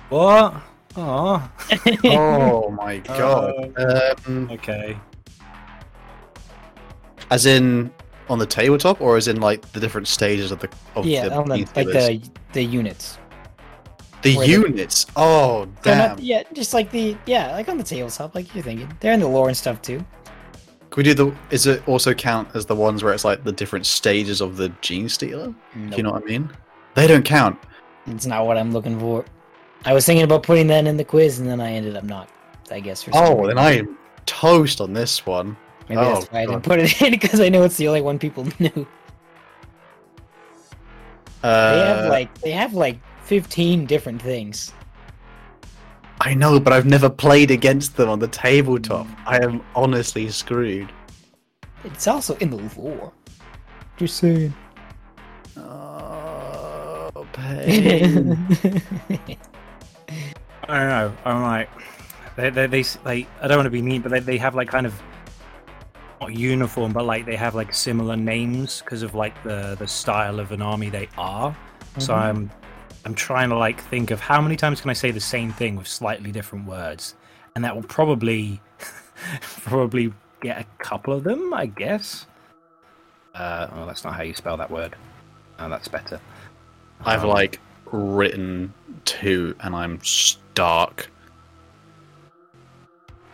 [SPEAKER 4] What? Oh,
[SPEAKER 2] Oh my god. Um,
[SPEAKER 4] okay.
[SPEAKER 2] as in on the tabletop, or as in like the different stages of the of
[SPEAKER 1] yeah,
[SPEAKER 2] Oh, the,
[SPEAKER 1] on the, like the the units.
[SPEAKER 2] the
[SPEAKER 1] where the-
[SPEAKER 2] units. Oh
[SPEAKER 1] They're
[SPEAKER 2] damn!
[SPEAKER 1] not- yeah, just like the yeah, like on the tabletop, like you're thinking. They're in the lore and stuff too.
[SPEAKER 2] Can we do the? Is it also count as the ones where it's like the different stages of the gene stealer? Do you know what I mean? They don't count.
[SPEAKER 1] It's not what I'm looking for. I was thinking about putting that in the quiz, and then I ended up not. I guess for some
[SPEAKER 2] Oh,
[SPEAKER 1] reason.
[SPEAKER 2] then I am toast on this one.
[SPEAKER 1] maybe
[SPEAKER 2] oh,
[SPEAKER 1] that's why I didn't put it in because I know it's the only one people knew. They
[SPEAKER 2] Uh,
[SPEAKER 1] have like they have like 15 different things.
[SPEAKER 2] I know, but I've never played against them on the tabletop. I am honestly screwed.
[SPEAKER 1] It's also in the lore. Just saying.
[SPEAKER 2] Oh, pain.
[SPEAKER 4] I don't know. I'm like, they, they, they, s- like, I don't want to be mean, but they, they have like kind of not uniform, but like they have like similar names because of like the the style of an army they are. So I'm, I'm trying to like think of how many times can I say the same thing with slightly different words, and that will probably, probably get a couple of them, I guess. Uh, well, that's not how you spell that word. Oh, that's better.
[SPEAKER 2] I've
[SPEAKER 4] Um,
[SPEAKER 2] like written two, and I'm stark.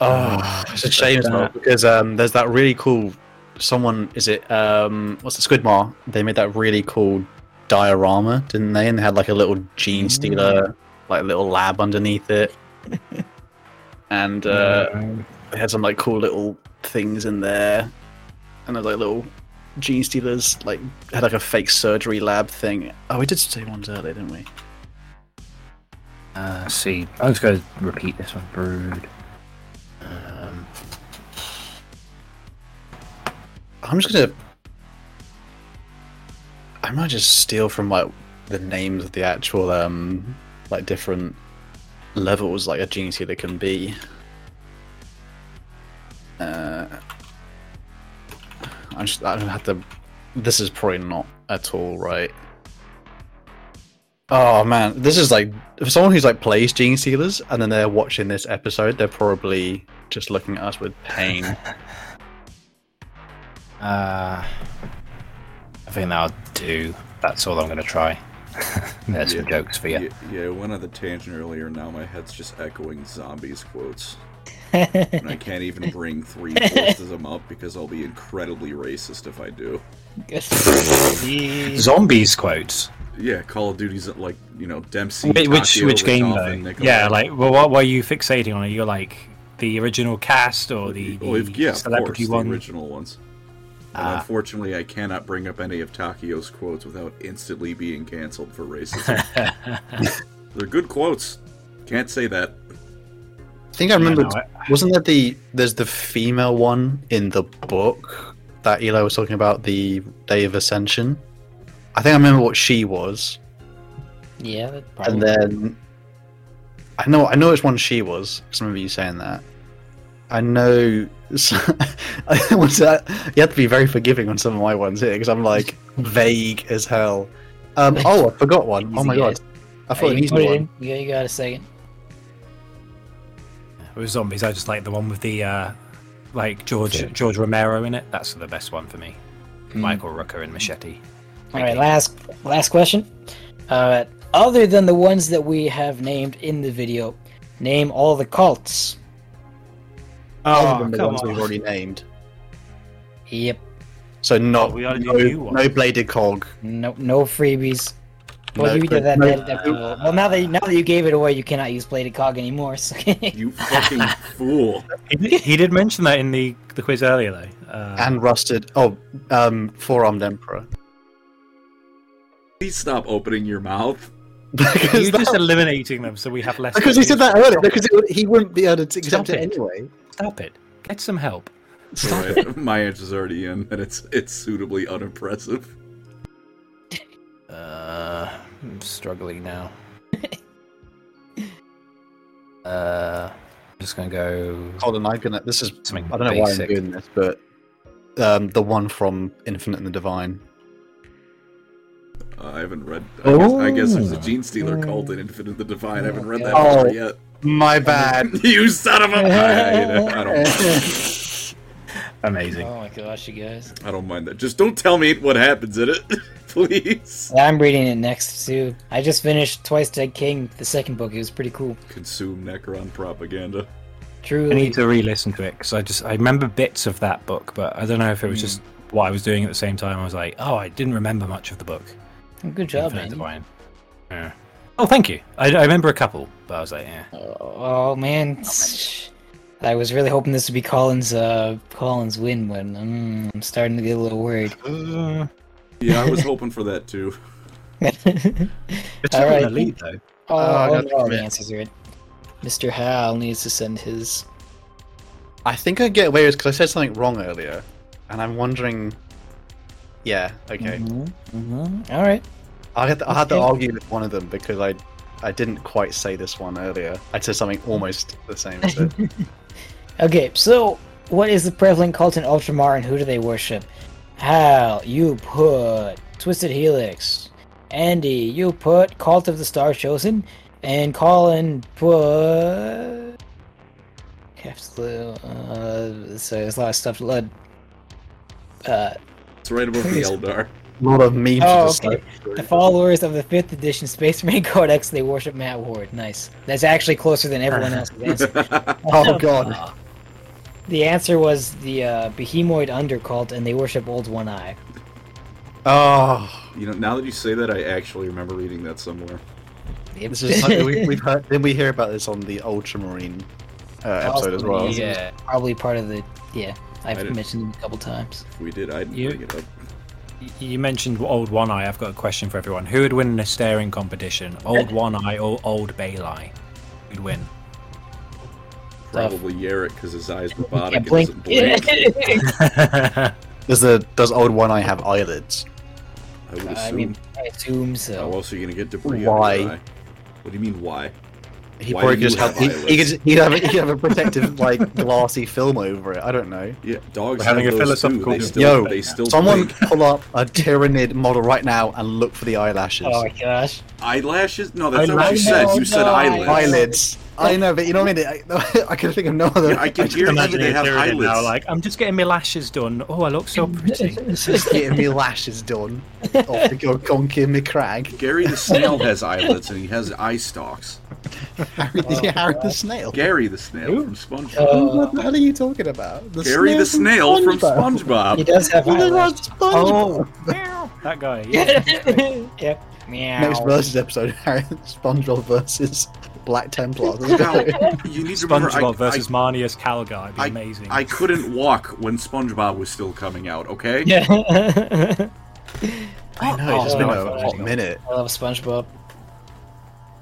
[SPEAKER 2] Oh, it's a shame as well
[SPEAKER 4] that.
[SPEAKER 2] because um, there's that really cool. Someone is it? Um, what's the Squidmar? They made that really cool diorama, didn't they? And they had like a little gene stealer, like little lab underneath it, and uh, they had some like cool little things in there, and there's like little gene stealers. Like had like a fake surgery lab thing. Oh, we did say ones earlier, didn't we?
[SPEAKER 4] Uh, see, I'm just going to repeat this one. Brood. Um,
[SPEAKER 2] I'm just gonna. I might just steal from like the names of the actual um like different levels like a gene stealer can be. Uh, I just I don't have to. This is probably not at all right. Oh man, this is like for someone who's like plays gene stealers and then they're watching this episode, they're probably just looking at us with pain.
[SPEAKER 4] uh, I think that'll do. That's all I'm going to try. There's some
[SPEAKER 5] Yeah.
[SPEAKER 4] jokes for you.
[SPEAKER 5] Yeah, yeah, went on the tangent earlier. Now my head's just echoing zombies quotes, and I can't even bring three fourths of them up because I'll be incredibly racist if I do.
[SPEAKER 4] Zombies quotes.
[SPEAKER 5] Yeah, Call of Duty's like you know Dempsey.
[SPEAKER 4] Whi- Which
[SPEAKER 5] Takio,
[SPEAKER 4] which game
[SPEAKER 5] Latov,
[SPEAKER 4] though?
[SPEAKER 5] and
[SPEAKER 4] Yeah,
[SPEAKER 5] Nikolai.
[SPEAKER 4] like well, what were you fixating on? Are you like the original cast or the,
[SPEAKER 5] Well, if-
[SPEAKER 4] the
[SPEAKER 5] yeah, of course,
[SPEAKER 4] celebrity
[SPEAKER 5] the
[SPEAKER 4] one?
[SPEAKER 5] original ones. And
[SPEAKER 4] Ah.
[SPEAKER 5] unfortunately, I cannot bring up any of Takio's quotes without instantly being canceled for racism. They're good quotes. Can't say that.
[SPEAKER 2] I think I remember.
[SPEAKER 4] no,
[SPEAKER 2] wasn't there the there's the female one in the book that Eli was talking about the Day of Ascension? I think I remember what she was,
[SPEAKER 1] yeah, that probably.
[SPEAKER 2] and then I know I know which one she was. 'cause I remember you saying that. I know. I was, uh, you have to be very forgiving on some of my ones here because I'm like vague as hell. Um, oh, I forgot one. Oh my
[SPEAKER 1] Easy,
[SPEAKER 2] god, I
[SPEAKER 1] Hey,
[SPEAKER 2] thought an
[SPEAKER 1] you put
[SPEAKER 2] easy
[SPEAKER 1] it
[SPEAKER 2] one.
[SPEAKER 1] in. You got, you got a second.
[SPEAKER 4] With zombies, I just like the one with the uh, like George George Romero in it. That's the best one for me.
[SPEAKER 2] Hmm.
[SPEAKER 4] Michael Rooker and Machete.
[SPEAKER 1] All right, last last question. Uh, other than the ones that we have named in the video, name all the cults.
[SPEAKER 4] Oh,
[SPEAKER 5] Oh,
[SPEAKER 2] Other than Ah, the ones we've already named.
[SPEAKER 1] Yep.
[SPEAKER 2] So not
[SPEAKER 4] Oh, we already
[SPEAKER 2] no,
[SPEAKER 4] knew one.
[SPEAKER 2] no bladed cog.
[SPEAKER 1] No, no freebies. Well,
[SPEAKER 2] No
[SPEAKER 1] you
[SPEAKER 2] free-
[SPEAKER 1] did that.
[SPEAKER 2] no-
[SPEAKER 1] that- that- well, now that you- now that you gave it away, you cannot use bladed cog anymore. So
[SPEAKER 5] You fucking fool.
[SPEAKER 4] He did, he did mention that in the the quiz earlier though. Uh,
[SPEAKER 2] and rusted. Oh, um, four-armed emperor.
[SPEAKER 5] Please stop opening your mouth.
[SPEAKER 2] because
[SPEAKER 4] you're just
[SPEAKER 2] that,
[SPEAKER 4] eliminating them, so we have less.
[SPEAKER 2] because he said that earlier. Because it, he wouldn't be able to
[SPEAKER 4] Stop
[SPEAKER 2] accept it
[SPEAKER 4] it.
[SPEAKER 2] anyway.
[SPEAKER 4] Stop it. Get some help.
[SPEAKER 5] Alright, my answer's already in, and it's it's suitably unimpressive.
[SPEAKER 4] Uh, I'm struggling now. uh, I'm just gonna go.
[SPEAKER 2] Hold on, I'm gonna. This is.
[SPEAKER 4] Something
[SPEAKER 2] I don't know why I'm
[SPEAKER 4] basic.
[SPEAKER 2] doing this, but um, the one from Infinite and the Divine.
[SPEAKER 5] Uh, I haven't read. I guess, I guess there's a
[SPEAKER 4] Oh.
[SPEAKER 5] gene stealer called in Infinite the Divine. I haven't read that
[SPEAKER 2] Oh.
[SPEAKER 5] far yet.
[SPEAKER 2] My bad.
[SPEAKER 5] you son of a. I, you know, I don't.
[SPEAKER 4] Amazing.
[SPEAKER 1] oh my gosh, you guys!
[SPEAKER 5] I don't mind that. Just don't tell me what happens in it, please.
[SPEAKER 1] I'm reading it next too. I just finished Twice Dead King, the second book. It was pretty cool.
[SPEAKER 5] Consume Necron propaganda.
[SPEAKER 1] Truly,
[SPEAKER 4] I need to re-listen to it because I just I remember bits of that book, but I don't know if it was just
[SPEAKER 5] Hmm.
[SPEAKER 4] what I was doing at the same time. I was like, oh, I didn't remember much of the book.
[SPEAKER 1] good job,
[SPEAKER 4] Infinite
[SPEAKER 1] man.
[SPEAKER 4] Divine. Yeah. Oh, thank you. I, I remember a couple, but I was like, yeah.
[SPEAKER 1] Oh man, I was really hoping this would be Collins. Uh, Collins win, but mm, I'm starting to get a little worried.
[SPEAKER 2] Uh,
[SPEAKER 5] Yeah, I was hoping for that too.
[SPEAKER 1] Ah,
[SPEAKER 4] It's
[SPEAKER 1] All
[SPEAKER 4] not
[SPEAKER 1] right.
[SPEAKER 4] gonna lead though.
[SPEAKER 1] Oh,
[SPEAKER 2] I
[SPEAKER 1] oh
[SPEAKER 2] gotta
[SPEAKER 1] no, the
[SPEAKER 2] commit.
[SPEAKER 1] answers are in. Mr. Hal needs to send his.
[SPEAKER 2] I think I get away with because I said something wrong earlier, and I'm wondering. Yeah. Okay.
[SPEAKER 4] Mm-hmm.
[SPEAKER 1] Mm-hmm, All right.
[SPEAKER 2] I had to, I had to
[SPEAKER 1] Okay.
[SPEAKER 2] argue with one of them because I. I didn't quite say this one earlier. I said something almost the same as it.
[SPEAKER 1] Okay, so what is the prevalent cult in Ultramar and who do they worship? Hal, you put Twisted Helix. Andy, you put Cult of the Star Chosen. And Colin put. Capsule. Uh, so there's a lot of stuff. Lud. Uh,
[SPEAKER 5] It's right above the Eldar.
[SPEAKER 2] A lot of memes.
[SPEAKER 1] Oh,
[SPEAKER 2] just
[SPEAKER 1] okay. The followers of the fifth edition Space Marine Codex, they worship Matt Ward. Nice. That's actually closer than everyone else's answer.
[SPEAKER 2] oh god.
[SPEAKER 1] The answer was the uh, Behemoid Undercult, and they worship Old One Eye.
[SPEAKER 2] Oh.
[SPEAKER 5] You know, now that you say that, I actually remember reading that somewhere.
[SPEAKER 1] Yep.
[SPEAKER 2] This is something we, we've heard. Then we hear about this on the Ultramarine uh, episode as well.
[SPEAKER 1] Ultramarine. Yeah. probably part of the. Yeah, I've
[SPEAKER 5] I didn't-
[SPEAKER 1] mentioned them a couple times.
[SPEAKER 5] If we did, I'd
[SPEAKER 4] You-
[SPEAKER 5] bring it up.
[SPEAKER 4] Y- You mentioned Old One Eye. I've got a question for everyone. Who would win in a staring competition? Old One Eye or Old Bailey? Who'd win?
[SPEAKER 5] Probably Yarrick, because his eyes robotic
[SPEAKER 1] Can't
[SPEAKER 5] and doesn't
[SPEAKER 1] blink.
[SPEAKER 5] blink.
[SPEAKER 2] Does the does old one eye have eyelids?
[SPEAKER 5] I would
[SPEAKER 1] I
[SPEAKER 5] assume.
[SPEAKER 1] mean, I assume
[SPEAKER 2] Oh,
[SPEAKER 5] How
[SPEAKER 1] so.
[SPEAKER 5] else are you gonna get debris?
[SPEAKER 2] Why?
[SPEAKER 5] Out of your eye? What do you mean why?
[SPEAKER 2] He
[SPEAKER 5] Why
[SPEAKER 2] probably
[SPEAKER 5] do you
[SPEAKER 2] could just have,
[SPEAKER 5] have
[SPEAKER 2] he, he could
[SPEAKER 5] eyelids?
[SPEAKER 2] just- he'd have a- he'd have a protective like glassy film over it. I don't know.
[SPEAKER 5] Yeah, dogs
[SPEAKER 4] We're having
[SPEAKER 5] have
[SPEAKER 4] a
[SPEAKER 5] those too.
[SPEAKER 4] philosophical
[SPEAKER 5] They
[SPEAKER 4] debate.
[SPEAKER 5] still,
[SPEAKER 2] Yo,
[SPEAKER 5] they still
[SPEAKER 2] Someone
[SPEAKER 5] blink.
[SPEAKER 2] pull up a Tyranid model right now and look for the eyelashes.
[SPEAKER 1] Oh my gosh.
[SPEAKER 5] eyelashes. No, that's not what you said. You said
[SPEAKER 1] Eyelashes.
[SPEAKER 5] eyelids.
[SPEAKER 2] eyelids. I know, but you know what I mean. I, I can think of no other.
[SPEAKER 5] Yeah, I can hear that
[SPEAKER 4] Imagine
[SPEAKER 5] they have eyelids.
[SPEAKER 4] now, like, I'm just getting my lashes done. Oh, I look so pretty.
[SPEAKER 2] just getting me lashes done off the go conking me crag.
[SPEAKER 5] Gary the snail has eyelids and he has eye stalks.
[SPEAKER 2] Harry, the
[SPEAKER 5] Oh,
[SPEAKER 2] Harry the snail.
[SPEAKER 5] Gary the snail from SpongeBob.
[SPEAKER 1] Uh,
[SPEAKER 2] what the hell are you talking about? The
[SPEAKER 5] Gary the snail from SpongeBob.
[SPEAKER 1] he does have
[SPEAKER 2] What
[SPEAKER 1] eyelids.
[SPEAKER 2] about
[SPEAKER 1] Oh,
[SPEAKER 2] SpongeBob?
[SPEAKER 4] that guy. Yeah.
[SPEAKER 1] yep.
[SPEAKER 2] Next
[SPEAKER 1] Meow.
[SPEAKER 2] versus episode: Harry SpongeBob versus Black Templar.
[SPEAKER 5] Now, you need to remember, I-
[SPEAKER 4] SpongeBob
[SPEAKER 5] I-
[SPEAKER 4] versus Marnius Calgar. It'd be
[SPEAKER 5] I,
[SPEAKER 4] amazing.
[SPEAKER 5] I couldn't walk when SpongeBob was still coming out. Okay.
[SPEAKER 1] Yeah.
[SPEAKER 2] I know it's
[SPEAKER 1] Oh,
[SPEAKER 2] been
[SPEAKER 1] no,
[SPEAKER 2] a
[SPEAKER 1] I
[SPEAKER 2] hot
[SPEAKER 1] don't.
[SPEAKER 2] minute.
[SPEAKER 1] I love SpongeBob.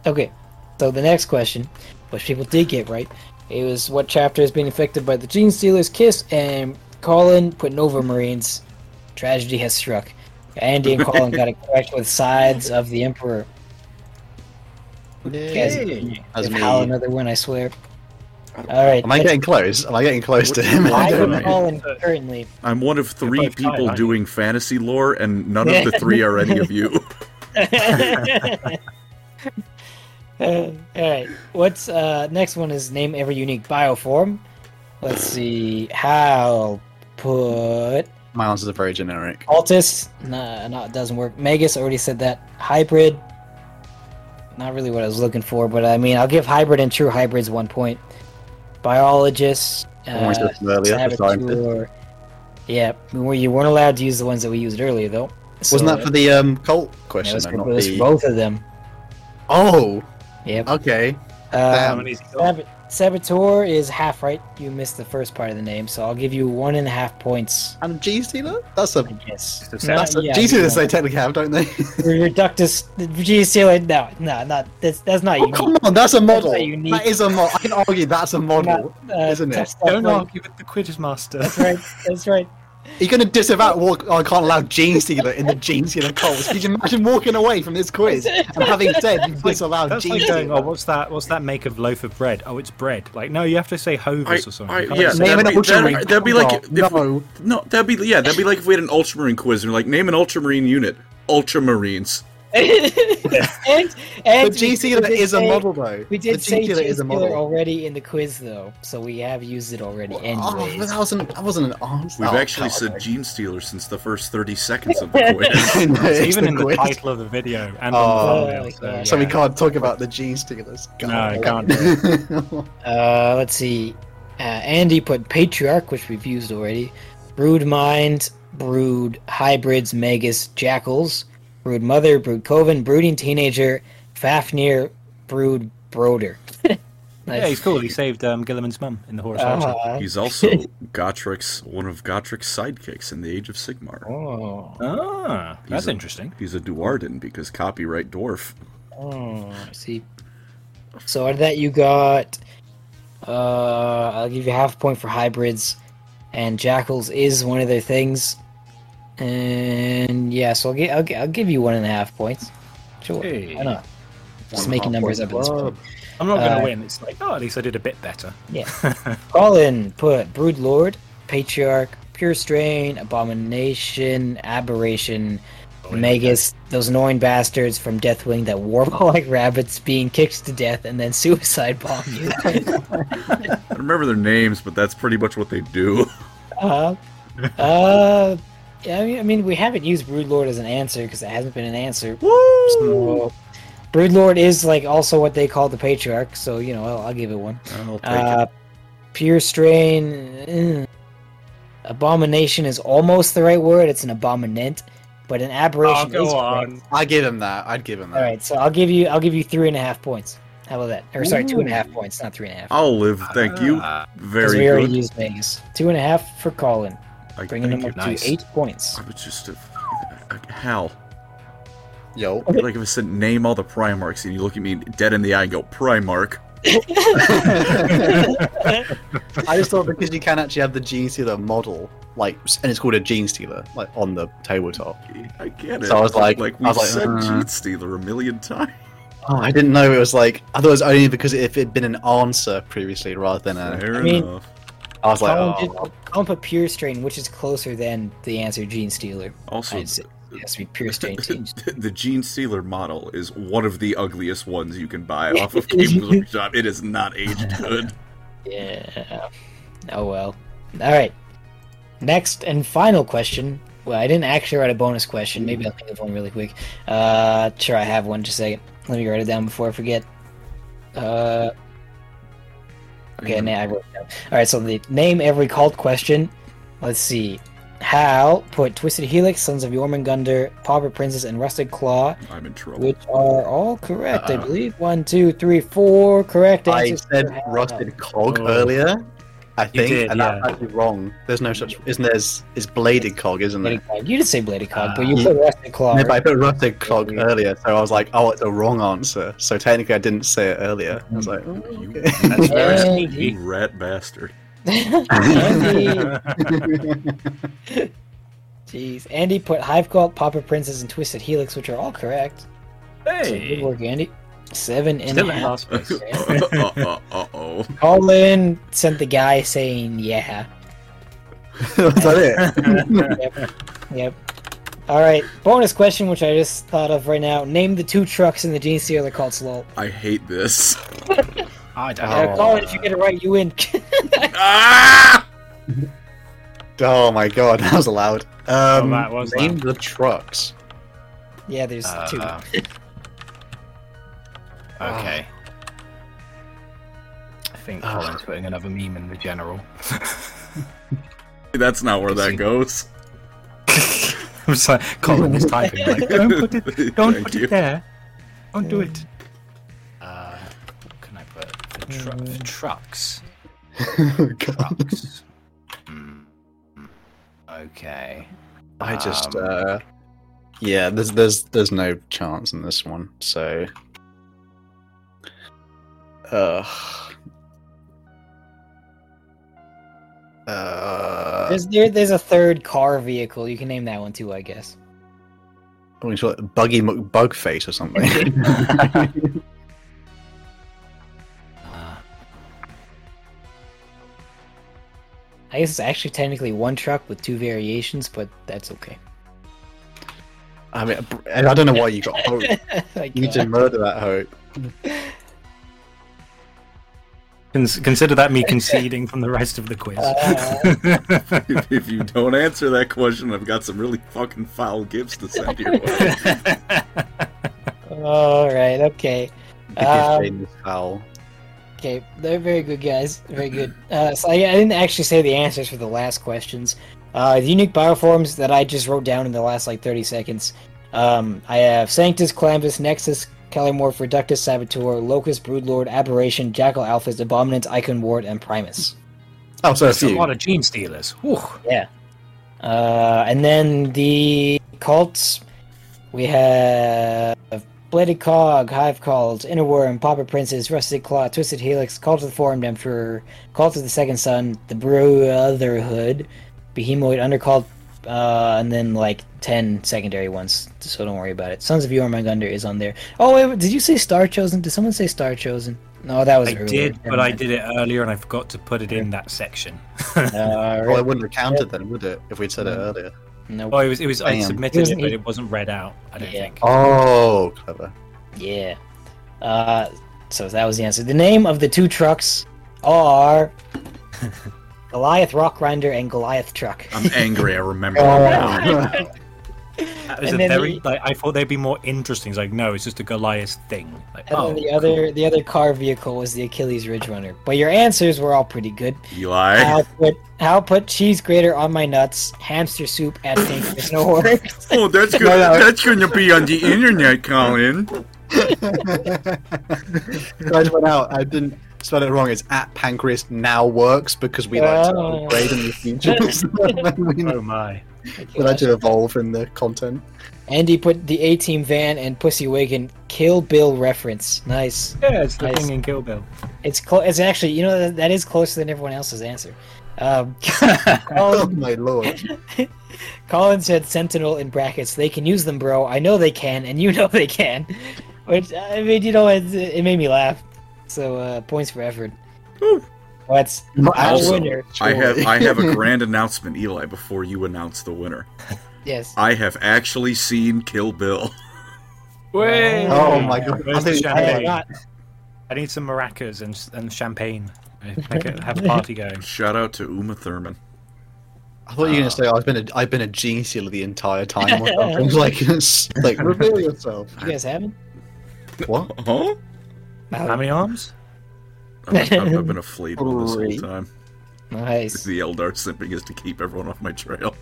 [SPEAKER 1] Okay, so the next question, which people did get right, it was what chapter has been affected by the Gene Stealer's kiss and Colin putting over Marines. Tragedy has struck. Andy and Colin got it correct with sides of the Emperor. Guys,
[SPEAKER 2] As
[SPEAKER 1] if
[SPEAKER 2] me.
[SPEAKER 1] Hal another one, I swear. All right,
[SPEAKER 2] Am I getting close? Am I getting close to him?
[SPEAKER 1] I
[SPEAKER 2] I
[SPEAKER 1] am
[SPEAKER 2] don't know.
[SPEAKER 1] Colin currently.
[SPEAKER 6] I'm one of three
[SPEAKER 4] both tied,
[SPEAKER 6] people
[SPEAKER 4] aren't you?
[SPEAKER 6] doing fantasy lore, and none of the three are any of you.
[SPEAKER 1] Uh, all right. What's uh next one is name every unique bioform. Let's see. Hal put
[SPEAKER 2] Miles is a very generic.
[SPEAKER 1] Altus. Nah, no, it doesn't work. Magus already said that. Hybrid. Not really what I was looking for, but I mean, I'll give hybrid and true hybrids one point. Biologist.
[SPEAKER 2] one we
[SPEAKER 1] Uh,
[SPEAKER 2] said earlier, the scientist.
[SPEAKER 1] saboteur. Yeah, we were- you weren't allowed to use the ones that we used earlier, though.
[SPEAKER 2] Wasn't
[SPEAKER 1] So-
[SPEAKER 2] that for the um,
[SPEAKER 1] Yeah,
[SPEAKER 2] cult
[SPEAKER 1] it
[SPEAKER 2] question?
[SPEAKER 1] was
[SPEAKER 2] though,
[SPEAKER 1] for
[SPEAKER 2] not
[SPEAKER 1] it was
[SPEAKER 2] the-
[SPEAKER 1] for both of them.
[SPEAKER 2] Oh,
[SPEAKER 1] Yep.
[SPEAKER 2] okay.
[SPEAKER 1] Um,
[SPEAKER 4] How many's he got?
[SPEAKER 1] Sab- Saboteur is half right. You missed the first part of the name, so I'll give you one and a half points.
[SPEAKER 2] And G Stealer? That's a
[SPEAKER 1] I guess.
[SPEAKER 4] Just a
[SPEAKER 1] No,
[SPEAKER 2] that's a
[SPEAKER 1] yeah,
[SPEAKER 2] G
[SPEAKER 1] you know.
[SPEAKER 2] Stealers they technically have, don't they?
[SPEAKER 1] Reductus. G Stealer. No, no, not that's that's not
[SPEAKER 2] oh
[SPEAKER 1] unique.
[SPEAKER 2] come on, that's a model.
[SPEAKER 1] That's a unique-
[SPEAKER 2] That is a model. I can argue that's a model.
[SPEAKER 1] Not, uh,
[SPEAKER 2] isn't it?
[SPEAKER 1] tough stuff,
[SPEAKER 4] Don't
[SPEAKER 1] right?
[SPEAKER 4] argue with the
[SPEAKER 1] That's
[SPEAKER 4] Quizmaster.
[SPEAKER 1] right. That's right.
[SPEAKER 2] You're gonna disavow walk oh, I can't allow Gene Stealer in the Gene Stealer cult. Could you imagine walking away from this quiz and having said you disallowed
[SPEAKER 4] That's
[SPEAKER 2] Gene
[SPEAKER 4] like going,
[SPEAKER 2] Stealer?
[SPEAKER 4] oh, what's that? What's that make of loaf of bread? Oh, it's bread. Like, no, you have to say
[SPEAKER 5] I,
[SPEAKER 4] hovis or something.
[SPEAKER 5] I,
[SPEAKER 4] You can't
[SPEAKER 5] yeah,
[SPEAKER 4] just-
[SPEAKER 2] Name an
[SPEAKER 5] that'd, be,
[SPEAKER 2] ultramarine.
[SPEAKER 5] that'd, that'd be like if
[SPEAKER 2] no,
[SPEAKER 5] we-
[SPEAKER 2] no.
[SPEAKER 5] no, that'd be yeah, that'd be like if we had an ultramarine quiz and we're like, name an ultramarine unit. Ultramarines.
[SPEAKER 1] and and
[SPEAKER 2] But Gene Stealer
[SPEAKER 1] did
[SPEAKER 2] is a
[SPEAKER 1] say-
[SPEAKER 2] model though.
[SPEAKER 1] We did
[SPEAKER 2] But
[SPEAKER 1] say
[SPEAKER 2] Gene
[SPEAKER 1] G
[SPEAKER 2] Stealer is a
[SPEAKER 1] Stealer
[SPEAKER 2] model.
[SPEAKER 1] already in the quiz, though, so we have used it already.
[SPEAKER 2] Oh, but
[SPEAKER 1] Anyways,
[SPEAKER 2] that wasn't that wasn't an answer.
[SPEAKER 5] We've
[SPEAKER 2] Oh,
[SPEAKER 5] actually
[SPEAKER 2] God.
[SPEAKER 5] said Gene Stealer since the first thirty seconds of the quiz.
[SPEAKER 2] I know,
[SPEAKER 4] It's
[SPEAKER 2] it's
[SPEAKER 4] even in the
[SPEAKER 2] quiz.
[SPEAKER 4] title of the video and
[SPEAKER 2] Oh,
[SPEAKER 4] on the thumbnail.
[SPEAKER 1] God.
[SPEAKER 2] So we
[SPEAKER 4] yeah.
[SPEAKER 2] can't talk about the Gene Stealers.
[SPEAKER 4] No, can't.
[SPEAKER 1] Uh, let's see. Uh, Andy put Patriarch, which we've used already. Brood Mind, Brood Hybrids, Magus, Jackals, Brood Mother, Brood Coven, Brooding Teenager, Fafnir, Brood Broder.
[SPEAKER 4] Yeah, he's cool. He saved um, Gilliman's mum in the horse archer.
[SPEAKER 1] Uh,
[SPEAKER 5] He's also Gotrik's one of Gotrik's sidekicks in the Age of Sigmar.
[SPEAKER 1] oh,
[SPEAKER 4] Ah, that's
[SPEAKER 5] He's a-
[SPEAKER 4] interesting.
[SPEAKER 5] He's a Duarden because copyright dwarf.
[SPEAKER 1] oh, I see. So out of that, you got. Uh, I'll give you half a point for hybrids, and Jackals is one of their things. And yeah, so I'll, gi- I'll, gi- I'll give you one and a half points. Sure.
[SPEAKER 4] Hey.
[SPEAKER 1] Why not? Just
[SPEAKER 5] One
[SPEAKER 1] making
[SPEAKER 5] half
[SPEAKER 1] numbers
[SPEAKER 5] point
[SPEAKER 1] up at this point.
[SPEAKER 4] I'm not going to
[SPEAKER 1] Uh,
[SPEAKER 4] win. It's like, oh, at least I did a bit better.
[SPEAKER 1] Yeah. Colin put Brood Lord, Patriarch, Pure Strain, Abomination, Aberration, Magus, those annoying bastards from Deathwing that warp like rabbits being kicked to death and then suicide bomb you.
[SPEAKER 5] I don't remember their names, but that's pretty much what they do.
[SPEAKER 1] uh, uh, yeah, I mean, I mean, we haven't used Brood Lord as an answer because it hasn't been an answer. So, Brood Lord is like also what they call the Patriarch, so you know, I'll, I'll give it one.
[SPEAKER 5] I'll take
[SPEAKER 1] Uh, pure strain. eh. Abomination is almost the right word. It's an abominant, but an
[SPEAKER 4] Oh,
[SPEAKER 1] aberration. is correct.
[SPEAKER 2] I give him that. I'd give him that.
[SPEAKER 1] All right, so I'll give you. I'll give you three and a half points. How about that? Or sorry, two and a half points, not three and a half.
[SPEAKER 5] I'll live, thank you.
[SPEAKER 4] Ah,
[SPEAKER 1] Because
[SPEAKER 5] Oh, Very
[SPEAKER 1] we already
[SPEAKER 5] good.
[SPEAKER 1] used Vegas. Two and a half for Colin,
[SPEAKER 5] I
[SPEAKER 1] bringing
[SPEAKER 5] thank
[SPEAKER 1] him
[SPEAKER 5] you.
[SPEAKER 1] up
[SPEAKER 4] Nice.
[SPEAKER 1] to eight points.
[SPEAKER 5] I was just a, a- Hal.
[SPEAKER 2] Yo.
[SPEAKER 5] It'd be Like if I said name all the Primarchs and you look at me dead in the eye and go Primarch.
[SPEAKER 2] I just thought because you can actually have the Gene Stealer model, like, and it's called a Gene Stealer, like on the tabletop.
[SPEAKER 5] I get it.
[SPEAKER 2] So I was like-
[SPEAKER 5] like
[SPEAKER 2] I
[SPEAKER 5] we
[SPEAKER 2] was like,
[SPEAKER 5] said
[SPEAKER 2] uh.
[SPEAKER 5] cheat stealer a million times.
[SPEAKER 2] Oh, I didn't know it was like. I thought it was only because if it'd been an answer previously rather than a.
[SPEAKER 5] Fair
[SPEAKER 1] I mean-
[SPEAKER 5] enough.
[SPEAKER 2] I was like,
[SPEAKER 1] Colin,
[SPEAKER 2] oh,
[SPEAKER 1] did, Colin put pure strain, which is closer than the answer Gene Stealer.
[SPEAKER 5] Also,
[SPEAKER 1] I'd say- It has to be pure stain tinged.
[SPEAKER 5] the Gene Sealer model is one of the ugliest ones you can buy off of Games Workshop. It is not aged good.
[SPEAKER 1] Yeah. Oh well. All right. Next and final question. Well, I didn't actually write a bonus question. Maybe I'll think of one really quick. Uh, sure, I have one. Just a second. Let me write it down before I forget. Uh, okay,
[SPEAKER 2] Mm-hmm.
[SPEAKER 1] now I wrote it down. All right, so the name every cult question. Let's see. Hal put Twisted Helix, Sons of Jormungandr, Pauper Princess, and Rusted Claw,
[SPEAKER 5] I'm in trouble.
[SPEAKER 1] which are all correct, I
[SPEAKER 2] Uh-oh.
[SPEAKER 1] believe. One, two, three, four correct
[SPEAKER 2] Uh-huh. I
[SPEAKER 1] answers. for
[SPEAKER 2] said
[SPEAKER 1] Hal.
[SPEAKER 2] rusted cog
[SPEAKER 4] Oh.
[SPEAKER 2] earlier, I think,
[SPEAKER 4] did,
[SPEAKER 2] and
[SPEAKER 4] yeah.
[SPEAKER 2] that's actually wrong. There's no such. Isn't there's is bladed cog, isn't there?
[SPEAKER 1] Bladed Cog. You did say bladed cog, but
[SPEAKER 4] Uh,
[SPEAKER 1] you put rusted claw.
[SPEAKER 2] No, but I put rusted cog
[SPEAKER 1] Yeah.
[SPEAKER 2] earlier, so I was like, oh, it's a wrong answer. So technically, I didn't say it earlier. I was like, oh,
[SPEAKER 5] You,
[SPEAKER 2] okay.
[SPEAKER 4] That's very
[SPEAKER 1] Hey.
[SPEAKER 4] sneaky.
[SPEAKER 5] you rat bastard.
[SPEAKER 1] Andy, jeez, Andy put Hive Cult, Papa Princess, and Twisted Helix, which are all correct. So good
[SPEAKER 4] hey,
[SPEAKER 1] work, Andy. Seven and a
[SPEAKER 4] still in
[SPEAKER 1] half.
[SPEAKER 4] last place.
[SPEAKER 5] uh oh.
[SPEAKER 1] Colin sent the guy saying, "Yeah,
[SPEAKER 2] Was that it?
[SPEAKER 1] yep." All right, bonus question, which I just thought of right now. Name the two trucks in the Gene Sealer cult's lol.
[SPEAKER 5] I hate this.
[SPEAKER 4] I don't
[SPEAKER 1] Uh,
[SPEAKER 4] know.
[SPEAKER 1] Colin, if you get it right, you win.
[SPEAKER 5] Ah!
[SPEAKER 2] Oh my god, that was loud. Um,
[SPEAKER 4] Oh, that was
[SPEAKER 2] name the trucks.
[SPEAKER 1] yeah, there's
[SPEAKER 4] Uh,
[SPEAKER 1] two.
[SPEAKER 4] okay. I think
[SPEAKER 2] Ah.
[SPEAKER 4] Colin's putting another meme in the general.
[SPEAKER 5] That's not where that goes.
[SPEAKER 4] I'm sorry, Colin is typing like, don't put it, don't
[SPEAKER 5] Thank
[SPEAKER 4] put
[SPEAKER 5] you.
[SPEAKER 4] it there, don't do it. Uh, what can I put for, tru-
[SPEAKER 2] Mm.
[SPEAKER 4] for trucks?
[SPEAKER 2] God.
[SPEAKER 4] Trucks. Hmm. Okay.
[SPEAKER 2] I just,
[SPEAKER 4] Um,
[SPEAKER 2] uh, yeah, there's there's there's no chance in this one. So, uh, uh,
[SPEAKER 1] There's there, there's a third car vehicle. You can name that one too, I guess.
[SPEAKER 2] what do you call it? Buggy McBugface or something.
[SPEAKER 4] Uh,
[SPEAKER 1] I guess it's actually technically one truck with two variations, but that's okay.
[SPEAKER 2] I mean, I I don't know why you got hope.
[SPEAKER 1] Like,
[SPEAKER 2] You need
[SPEAKER 1] uh,
[SPEAKER 2] to murder that hope.
[SPEAKER 4] cons- consider that me conceding from the rest of the quiz.
[SPEAKER 1] Uh,
[SPEAKER 5] If, if you don't answer that question, I've got some really fucking foul gifts to send your way.
[SPEAKER 1] Uh, all right, okay, Um,
[SPEAKER 2] James Fowl.
[SPEAKER 1] okay. They're very good guys, very good. Uh, so yeah, I didn't actually say the answers for the last questions. Uh, the unique bioforms that I just wrote down in the last like 30 seconds. Um, I have Sanctus, Clambus, Nexus, Calimorph, Reductus, Saboteur, Locust, Broodlord, Aberration, Jackal, Alphas, Abominant, Icon Ward, and Primus.
[SPEAKER 2] Oh, so a
[SPEAKER 4] That's a
[SPEAKER 2] few.
[SPEAKER 4] lot of gene stealers. Whew.
[SPEAKER 1] Yeah. Uh, and then the cults. We have Bladed Cog, Hive Cult, Inner Worm, Pauper Princess, Rusted Claw, Twisted Helix, Cult of the Formed Emperor, Cult of the Second Son, the Brotherhood, Behemoid, Undercult, uh, and then like 10 secondary ones, so don't worry about it. Sons of Jormungandr is on there. Oh, wait, did you say Star Chosen? Did someone say Star Chosen? No, that was
[SPEAKER 4] I
[SPEAKER 1] earlier.
[SPEAKER 4] did,
[SPEAKER 1] Never
[SPEAKER 4] but I
[SPEAKER 1] mind.
[SPEAKER 4] did it earlier and I forgot to put it in that section.
[SPEAKER 1] Uh,
[SPEAKER 2] Well, it wouldn't have counted then, would it, if we'd said
[SPEAKER 4] Mm.
[SPEAKER 2] it earlier?
[SPEAKER 1] nope.
[SPEAKER 4] Oh, it was. It was. I
[SPEAKER 2] Damn.
[SPEAKER 4] submitted it,
[SPEAKER 1] Isn't
[SPEAKER 4] but
[SPEAKER 1] he-
[SPEAKER 4] it wasn't read out. I don't
[SPEAKER 1] Yeah.
[SPEAKER 4] think.
[SPEAKER 2] Oh, clever.
[SPEAKER 1] Yeah. Uh, so that was the answer. The name of the two trucks are Goliath Rock Grinder and Goliath Truck.
[SPEAKER 5] I'm angry. I
[SPEAKER 4] Oh.
[SPEAKER 5] remember.
[SPEAKER 4] That was a
[SPEAKER 1] and then
[SPEAKER 4] very.
[SPEAKER 1] the-
[SPEAKER 4] like, I thought they'd be more interesting. It's like, no, it's just a Goliath thing. Like,
[SPEAKER 1] And
[SPEAKER 4] oh,
[SPEAKER 1] then the other the other car vehicle was the Achilles Ridge Runner. But your answers were all pretty good.
[SPEAKER 5] Eli.
[SPEAKER 1] Hal put Hal put cheese grater on my nuts, hamster soup at Tanker's no works.
[SPEAKER 5] Oh, that's good.
[SPEAKER 2] no.
[SPEAKER 5] That's gonna be on the internet, Colin.
[SPEAKER 2] I just went out. I didn't spell it wrong. It's at pancreas now works because we like to
[SPEAKER 1] Oh.
[SPEAKER 2] upgrade in the future. So we
[SPEAKER 4] cool.
[SPEAKER 2] know
[SPEAKER 4] oh my.
[SPEAKER 2] that to evolve in the content.
[SPEAKER 1] Andy put the A Team van and Pussy Wagon Kill Bill reference. Nice.
[SPEAKER 4] Yeah, it's the
[SPEAKER 1] Nice.
[SPEAKER 4] thing in Kill Bill.
[SPEAKER 1] It's close. It's actually you know that, that is closer than everyone else's answer. Um, Colin
[SPEAKER 2] Oh my lord!
[SPEAKER 1] Colin said Sentinel in brackets. They can use them, bro. I know they can, and you know they can. Which, I mean, you know, it, it made me laugh. So, uh, points for effort.
[SPEAKER 5] Whew.
[SPEAKER 1] What's our
[SPEAKER 4] Oh,
[SPEAKER 5] Also,
[SPEAKER 1] winner?
[SPEAKER 5] I have I have a grand announcement, Eli, before you announce the winner.
[SPEAKER 1] Yes.
[SPEAKER 5] I have actually seen Kill Bill.
[SPEAKER 4] Way!
[SPEAKER 2] Oh my god! I
[SPEAKER 4] Where's the
[SPEAKER 2] think-
[SPEAKER 4] champagne?
[SPEAKER 1] not.
[SPEAKER 4] I need some maracas and, and champagne. Make it, have a party going.
[SPEAKER 5] Shout out to Uma Thurman.
[SPEAKER 2] I thought you were gonna say I've been a I've been a gene sealer the entire time or something. like it's- like reveal yourself.
[SPEAKER 1] You guys haven't?
[SPEAKER 2] What?
[SPEAKER 5] Huh?
[SPEAKER 4] How many arms?
[SPEAKER 5] I've, I've, I've been a flayed one this whole
[SPEAKER 2] Great.
[SPEAKER 5] time.
[SPEAKER 1] Nice.
[SPEAKER 5] The Eldar simping is to keep everyone off my trail.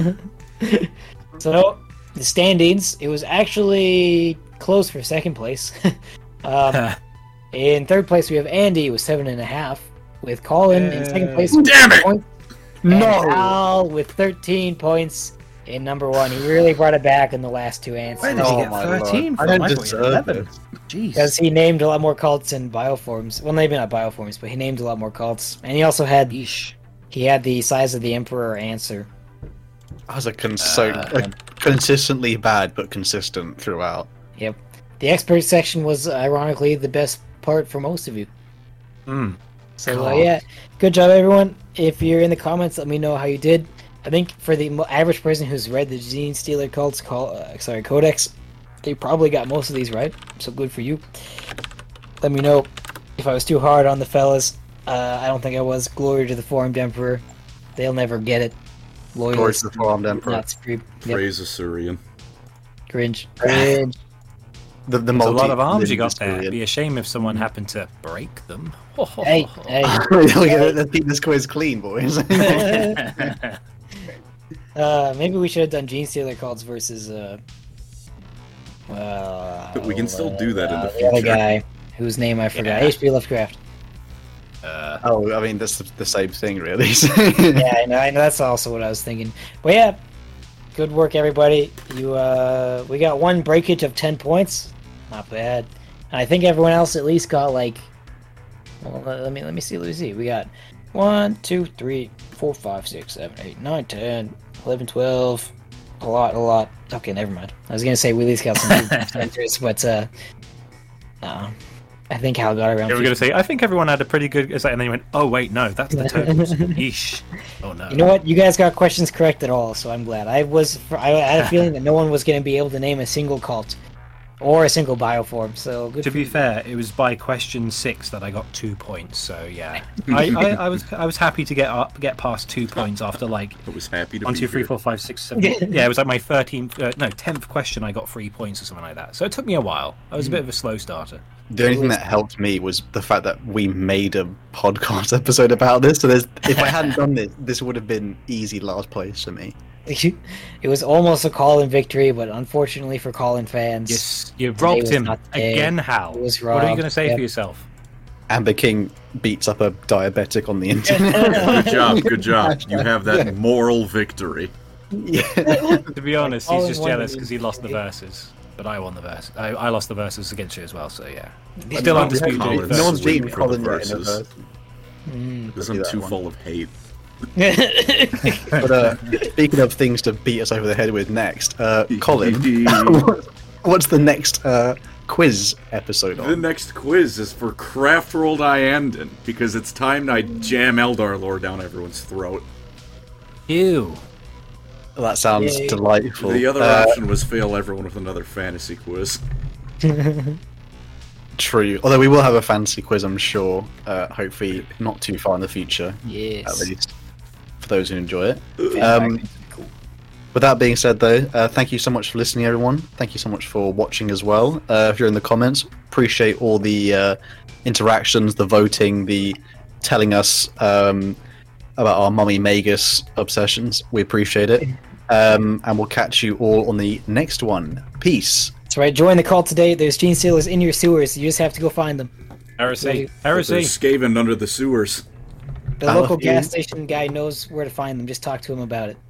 [SPEAKER 1] so the standings, it was actually close for second place. um, in third place, we have Andy with seven and a half, with Colin in second place. with
[SPEAKER 5] Damn it!
[SPEAKER 1] Points, and Al with thirteen points in number one. He really brought it back in the last two
[SPEAKER 4] Where
[SPEAKER 1] answers
[SPEAKER 4] did he
[SPEAKER 2] Oh
[SPEAKER 4] get
[SPEAKER 2] my lord.
[SPEAKER 4] 13
[SPEAKER 2] I
[SPEAKER 4] from?
[SPEAKER 2] don't
[SPEAKER 4] I thought he had
[SPEAKER 2] deserve
[SPEAKER 4] 11.
[SPEAKER 2] this.
[SPEAKER 1] because
[SPEAKER 4] Jeez.
[SPEAKER 1] he named a lot more cults and bioforms. Well, maybe not bioforms, but he named a lot more cults, and he also had he had the size of the emperor answer.
[SPEAKER 2] That was a cons- so a consistently bad but consistent throughout.
[SPEAKER 1] Yep. The expert section was ironically the best part for most of you.
[SPEAKER 4] Mm.
[SPEAKER 1] So
[SPEAKER 2] Oh.
[SPEAKER 1] uh, yeah, good job everyone. If you're in the comments, let me know how you did. I think for the mo- average person who's read the Gene Stealer cults call uh, sorry codex, they probably got most of these right. So good for you. Let me know if I was too hard on the fellas. Uh, I don't think I was. Glory to the formed emperor. They'll never get it.
[SPEAKER 2] Glory to
[SPEAKER 1] Loyalist,
[SPEAKER 2] the Forearmed Emperor.
[SPEAKER 1] not Supreme. Yep,
[SPEAKER 5] Praise Assyrian.
[SPEAKER 1] cringe. Cringe.
[SPEAKER 2] The, the
[SPEAKER 4] That's a
[SPEAKER 2] multi-
[SPEAKER 4] lot of arms you got
[SPEAKER 2] the-
[SPEAKER 4] there. It'd be a shame if someone happened to break them.
[SPEAKER 1] hey, hey.
[SPEAKER 2] Look at that, keep this quiz clean, boys.
[SPEAKER 1] Uh, maybe we should have done Gene Stealer cults versus uh. Well,
[SPEAKER 5] But we can still do that in the
[SPEAKER 1] uh, the other
[SPEAKER 5] future.
[SPEAKER 1] guy whose name I forgot.
[SPEAKER 4] Yeah.
[SPEAKER 1] H.P. Lovecraft.
[SPEAKER 2] oh, I mean that's the, the same thing, really.
[SPEAKER 1] Yeah, I know, I know. That's also what I was thinking. But yeah, good work, everybody. You, uh, we got one breakage of ten points. Not bad. And I think everyone else at least got like. Well, let let me let me see. Let me see. We got one, two, three, four, five, six, seven, eight, nine, ten, eleven, twelve. A lot, a lot. Okay, never mind. I was gonna say we at least got some centers, but uh, no. I think Hal got around.
[SPEAKER 4] They were
[SPEAKER 1] 50.
[SPEAKER 4] going to say, I think everyone had a pretty good. it's like- And then he went, oh, wait, no, that's the totals. Yeesh. Oh, no.
[SPEAKER 1] You know what? You guys got questions correct at all, so I'm glad. I was I had a feeling that no one was going to be able to name a single cult or a single bioform. So good.
[SPEAKER 4] To
[SPEAKER 1] for
[SPEAKER 4] be
[SPEAKER 1] you.
[SPEAKER 4] fair, it was by question six that I got two points. So yeah, I, I, I was I was happy to get up, get past two points after like
[SPEAKER 5] I was happy to
[SPEAKER 4] one,
[SPEAKER 5] be
[SPEAKER 4] two, three,
[SPEAKER 5] here.
[SPEAKER 4] four, five, six, seven. Yeah, it was like my thirteenth, uh, no, tenth question. I got three points or something like that. So it took me a while. I was a bit of a slow starter.
[SPEAKER 2] The only thing that helped me was the fact that we made a podcast episode about this. So there's, if I hadn't done this, this would have been easy last place for me.
[SPEAKER 1] it was almost a call in victory, but unfortunately for Colin fans,
[SPEAKER 4] Yes, you
[SPEAKER 1] Today
[SPEAKER 4] robbed
[SPEAKER 1] was
[SPEAKER 4] him
[SPEAKER 1] not the day.
[SPEAKER 4] again, Hal.
[SPEAKER 1] It was
[SPEAKER 4] what are you
[SPEAKER 1] robbed,
[SPEAKER 4] going to say
[SPEAKER 1] yep.
[SPEAKER 4] for yourself?
[SPEAKER 2] Amber King beats up a diabetic on the internet.
[SPEAKER 5] Good job, good job. You have that moral victory.
[SPEAKER 4] To be honest,
[SPEAKER 1] all
[SPEAKER 4] he's
[SPEAKER 1] in
[SPEAKER 4] just
[SPEAKER 1] one
[SPEAKER 4] jealous
[SPEAKER 1] of
[SPEAKER 4] because
[SPEAKER 1] you.
[SPEAKER 4] he lost the verses, but I won the verse. I, I lost the verses against you as well. So yeah, still
[SPEAKER 5] no,
[SPEAKER 4] undisputed.
[SPEAKER 5] no,
[SPEAKER 4] in
[SPEAKER 5] it's
[SPEAKER 4] verses.
[SPEAKER 2] Oh, no one's beaten
[SPEAKER 5] Swing for
[SPEAKER 2] Colin
[SPEAKER 5] the
[SPEAKER 2] yet in a
[SPEAKER 5] verses.
[SPEAKER 2] verse.
[SPEAKER 5] Because I'm
[SPEAKER 2] that
[SPEAKER 5] too
[SPEAKER 2] one.
[SPEAKER 5] full of hate.
[SPEAKER 2] But uh, speaking of things to beat us over the head with next, uh, Colin,
[SPEAKER 5] the
[SPEAKER 2] what's the next uh, quiz episode on?
[SPEAKER 5] next quiz is for Craftroll Iamden, because it's time I jam Eldar lore down everyone's throat.
[SPEAKER 4] Ew.
[SPEAKER 2] That sounds
[SPEAKER 1] Yay.
[SPEAKER 2] delightful.
[SPEAKER 5] The other
[SPEAKER 2] Uh,
[SPEAKER 5] option was fail everyone with another fantasy quiz.
[SPEAKER 2] True. Although we will have a fancy quiz, I'm sure. Uh, hopefully, not too far in the future, at
[SPEAKER 1] yes.
[SPEAKER 2] least for those who enjoy it. Um, with that being said, though, uh, thank you so much for listening, everyone. Thank you so much for watching as well. Uh, if you're in the comments, appreciate all the uh, interactions, the voting, the telling us um, about our mummy magus obsessions. We appreciate it. Um, and we'll catch you all on the next one. Peace.
[SPEAKER 1] That's right. Join the call today. There's Gene Stealers in your sewers. You just have to go find them.
[SPEAKER 4] Heresy.
[SPEAKER 5] They're
[SPEAKER 4] Heresy.
[SPEAKER 5] Skaven under the sewers.
[SPEAKER 1] The
[SPEAKER 2] I
[SPEAKER 1] local
[SPEAKER 2] love you.
[SPEAKER 1] gas station guy knows where to find them. Just talk to him about it.